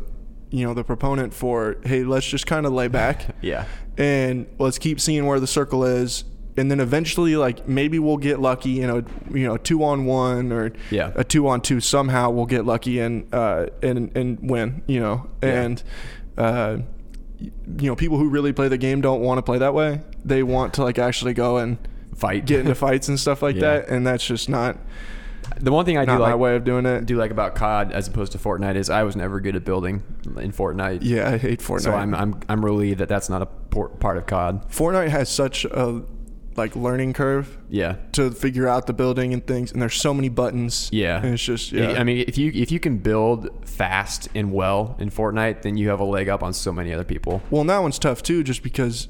A: you know the proponent for hey let's just kind of lay back
B: Yeah.
A: and let's keep seeing where the circle is. And then eventually, like maybe we'll get lucky in a you know two on one or
B: Yeah.
A: a two on two. Somehow we'll get lucky and uh, and and win. You know,
B: Yeah.
A: and uh, y- you know people who really play the game don't want to play that way. They want to like actually go and
B: Fight.
A: get into fights and stuff like
B: Yeah.
A: that, and that's just not
B: the one thing I do
A: not my
B: like
A: way of doing it.
B: do like about COD as opposed to Fortnite is I was never good at building in Fortnite.
A: yeah, I hate Fortnite.
B: So I'm I'm I'm relieved that that's not a por- part of COD.
A: Fortnite has such a like learning curve
B: Yeah.
A: to figure out the building and things, and there's so many buttons.
B: Yeah.
A: and it's just yeah.
B: I mean, if you if you can build fast and well in Fortnite, then you have a leg up on so many other people.
A: well, and that one's tough too, just because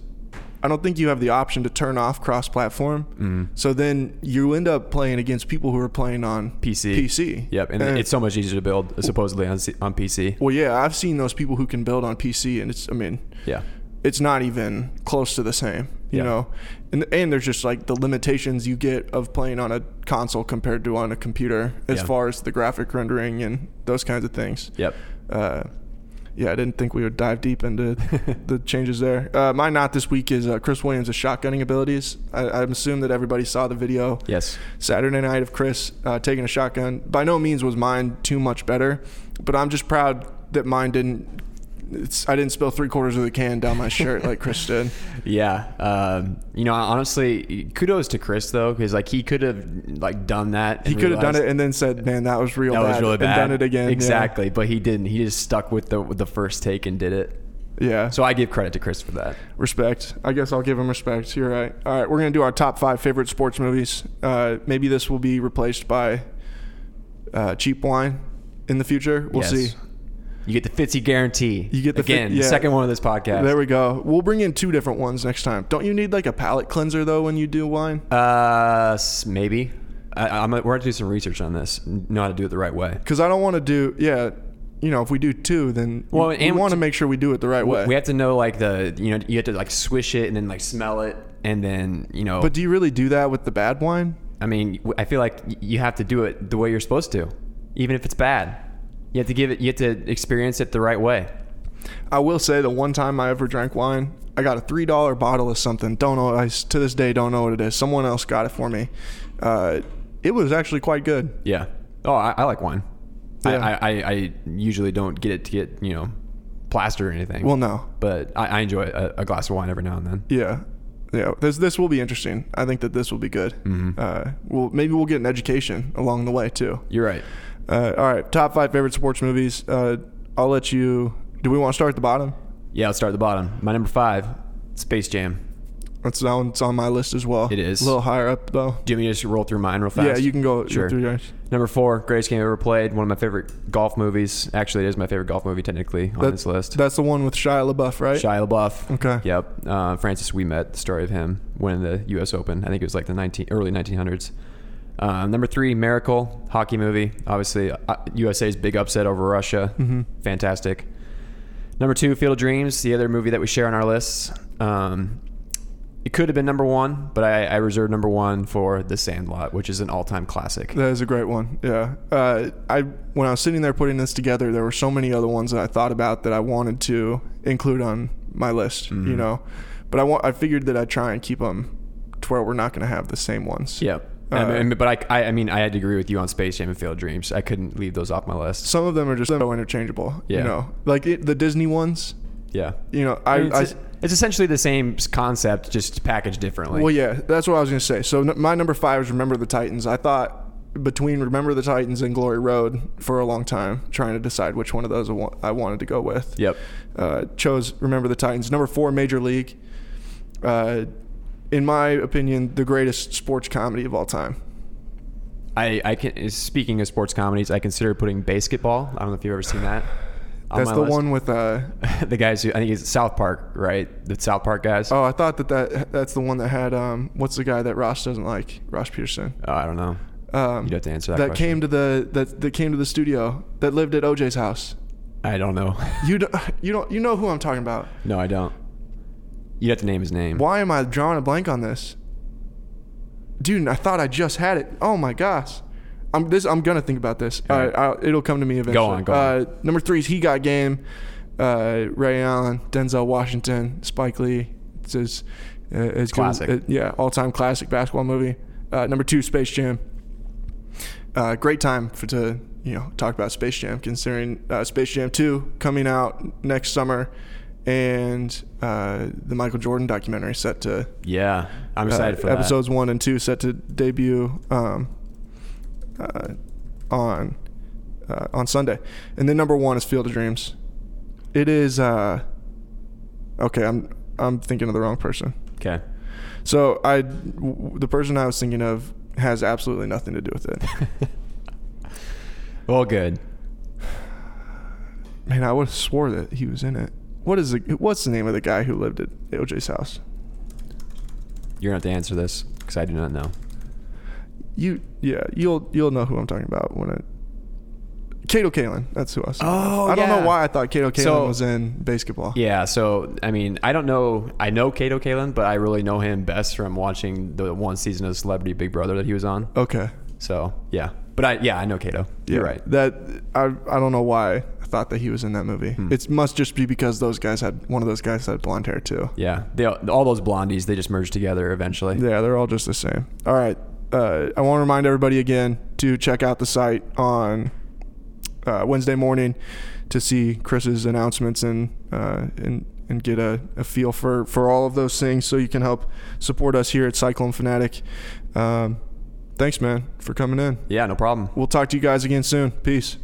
A: I don't think you have the option to turn off cross-platform.
B: Mm.
A: So then you end up playing against people who are playing on
B: PC.
A: PC.
B: Yep, and, it's so much easier to build supposedly on C- on PC.
A: well, yeah, I've seen those people who can build on PC, and it's I mean
B: Yeah,
A: it's not even close to the same, you
B: Yeah.
A: know. And and there's just like the limitations you get of playing on a console compared to on a computer as
B: Yeah.
A: far as the graphic rendering and those kinds of things.
B: yep.
A: Uh, yeah, I didn't think we would dive deep into the changes there. Uh, my not this week is uh, Chris Williams' shotgunning abilities. I, I assume that everybody saw the video
B: Yes,
A: Saturday night of Chris uh, taking a shotgun. By no means was mine too much better, but I'm just proud that mine didn't. It's, I didn't spill three quarters of the can down my shirt like Chris did.
B: yeah. Um, you know, honestly, kudos to Chris though, because like he could have like done that.
A: He could have done it and then said, "Man, that was real
B: That
A: bad,"
B: was really bad.
A: and done it again. yeah.
B: Exactly, but he didn't. He just stuck with the with the first take and did it.
A: Yeah.
B: So I give credit to Chris for that.
A: respect. I guess I'll give him respect. You're right. All right, we're gonna do our top five favorite sports movies. Uh, maybe this will be replaced by uh, cheap wine in the future. We'll
B: Yes.
A: see.
B: You get the Fitzy guarantee.
A: You get the
B: again
A: Fit- yeah.
B: the second one of this podcast.
A: There we go. We'll bring in two different ones next time. Don't you need like a palate cleanser though when you do wine?
B: uh, s- maybe. I, I'm gonna, we're gonna do some research on this. n- Know how to do it the right way.
A: Because I don't want to do yeah. You know, if we do two, then
B: Well,
A: we,
B: and-
A: want to make sure we do it the right way.
B: We have to know like the you know you have to like swish it and then like smell it and then you know.
A: but do you really do that with the bad wine?
B: I mean, w- I feel like y- you have to do it the way you're supposed to, even if it's bad. You have to give it. You have to experience it the right way.
A: I will say the one time I ever drank wine, I got a three dollar bottle of something. Don't know. I s- to this day don't know what it is. Someone else got it for me. Uh, it was actually quite good.
B: Yeah. Oh, I, I like wine.
A: Yeah.
B: I, I, I, I usually don't get it to get you know plaster or anything.
A: Well, no,
B: but I, I enjoy a, a glass of wine every now and then.
A: yeah, yeah. This this will be interesting. I think that this will be good.
B: Mm-hmm.
A: Uh, well, maybe we'll get an education along the way too.
B: You're right.
A: Uh, all right, top five favorite sports movies. Uh, I'll let you. Do we want to start at the bottom?
B: Yeah, let's start at the bottom. My number five, Space Jam.
A: That's that one's on my list as well.
B: It is.
A: a little higher up though.
B: Do you want me to just roll through mine real fast?
A: Yeah, you can go
B: Sure.
A: through yours.
B: Number four, greatest game I've ever played. One of my favorite golf movies. Actually, it is my favorite golf movie technically on this list.
A: That's the one with Shia LaBeouf, right?
B: Shia LaBeouf.
A: Okay.
B: Yep. Uh, Francis We Met, the story of him winning the U.S. Open. I think it was like the 19, early 1900s. Um, number three, Miracle hockey movie. Obviously, uh, USA's big upset over Russia. Fantastic. Number two, Field of Dreams, the other movie that we share on our lists. Um, it could have been number one, but I, I reserved number one for The Sandlot, which is an all-time classic.
A: That is a great one. Yeah. Uh, I when I was sitting there putting this together, there were so many other ones that I thought about that I wanted to include on my list.
B: Mm-hmm.
A: You know, but I want I figured that I'd try and keep them to where we're not going to have the same ones.
B: Yep. I mean, but I, I, I mean, I had to agree with you on Space Jam and Field of Dreams. I couldn't leave those off my list.
A: Some of them are just so interchangeable.
B: Yeah.
A: You know, like it, the Disney ones.
B: Yeah.
A: You know, I, I,
B: it's, it's essentially the same s- concept, just packaged differently.
A: Well, yeah, that's what I was going to say. So n- my number five is Remember the Titans. I thought between Remember the Titans and Glory Road for a long time, trying to decide which one of those I wa- I wanted to go with.
B: Yep.
A: Uh, chose Remember the Titans. Number four, Major League. Uh, in my opinion, the greatest sports comedy of all time.
B: I, I can. Speaking of sports comedies, I consider putting basketball. I don't know if you've ever seen that. on
A: That's
B: my
A: the
B: list.
A: one with. Uh,
B: the guys who I think it's South Park, right? The South Park guys.
A: oh, I thought that, that that's the one that had. Um, what's the guy that Ross doesn't like? Ross Peterson.
B: Oh, I don't know.
A: Um,
B: You'd have to answer that question.
A: came to the that that came to the studio that lived at OJ's house.
B: I don't know.
A: You don't, you don't, you know who I'm talking about.
B: no, I don't. You'd have to name his name.
A: Why am I drawing a blank on this? Dude, I thought I just had it. Oh my gosh. I'm this. I'm gonna think about this.
B: All
A: Uh,
B: right.
A: I'll, it'll come to me eventually.
B: on, go on.
A: Uh, number three is he got game. Uh, Ray Allen, Denzel Washington, Spike Lee. It's as, uh, as good as-
B: Classic.
A: uh, yeah, all time classic basketball movie. Uh, number two, Space Jam. Uh, great time for to you know talk about Space Jam, considering uh, Space Jam Two coming out next summer, and uh, the Michael Jordan documentary set to
B: Yeah, I'm excited
A: uh,
B: for that.
A: episodes one and two set to debut um, uh, on uh, on Sunday, and then number one is Field of Dreams. It is uh, okay. I'm I'm thinking of the wrong person.
B: Okay.
A: So I w- the person I was thinking of has absolutely nothing to do with it.
B: Well, good.
A: Man, I would have swore that he was in it. What is the what's the name of the guy who lived at OJ's house?
B: You're gonna have to answer this because I do not know.
A: You yeah, you'll you'll know who I'm talking about when it. Cato Kalin, that's who I was. thinking of.
B: Oh,
A: I don't
B: yeah.
A: know why I thought Cato Kalin
B: So-
A: was in basketball.
B: Yeah, so I mean, I don't know. I know Kato Kalin, but I really know him best from watching the one season of Celebrity Big Brother that he was on.
A: Okay.
B: So yeah, but I yeah I know Kato. You're
A: Yeah.
B: right.
A: That I I don't know why I thought that he was in that movie.
B: Hmm.
A: It must just be because those guys had one of those guys had blonde hair too.
B: Yeah, they all all those blondies they just merged together eventually.
A: Yeah, they're all just the same. All right. Uh, I want to remind everybody again to check out the site on uh, Wednesday morning to see Chris's announcements and uh, and and get a, a feel for for all of those things, so you can help support us here at Cyclone Fanatic. Um, thanks, man, for coming in.
B: Yeah, no problem.
A: We'll talk to you guys again soon. Peace.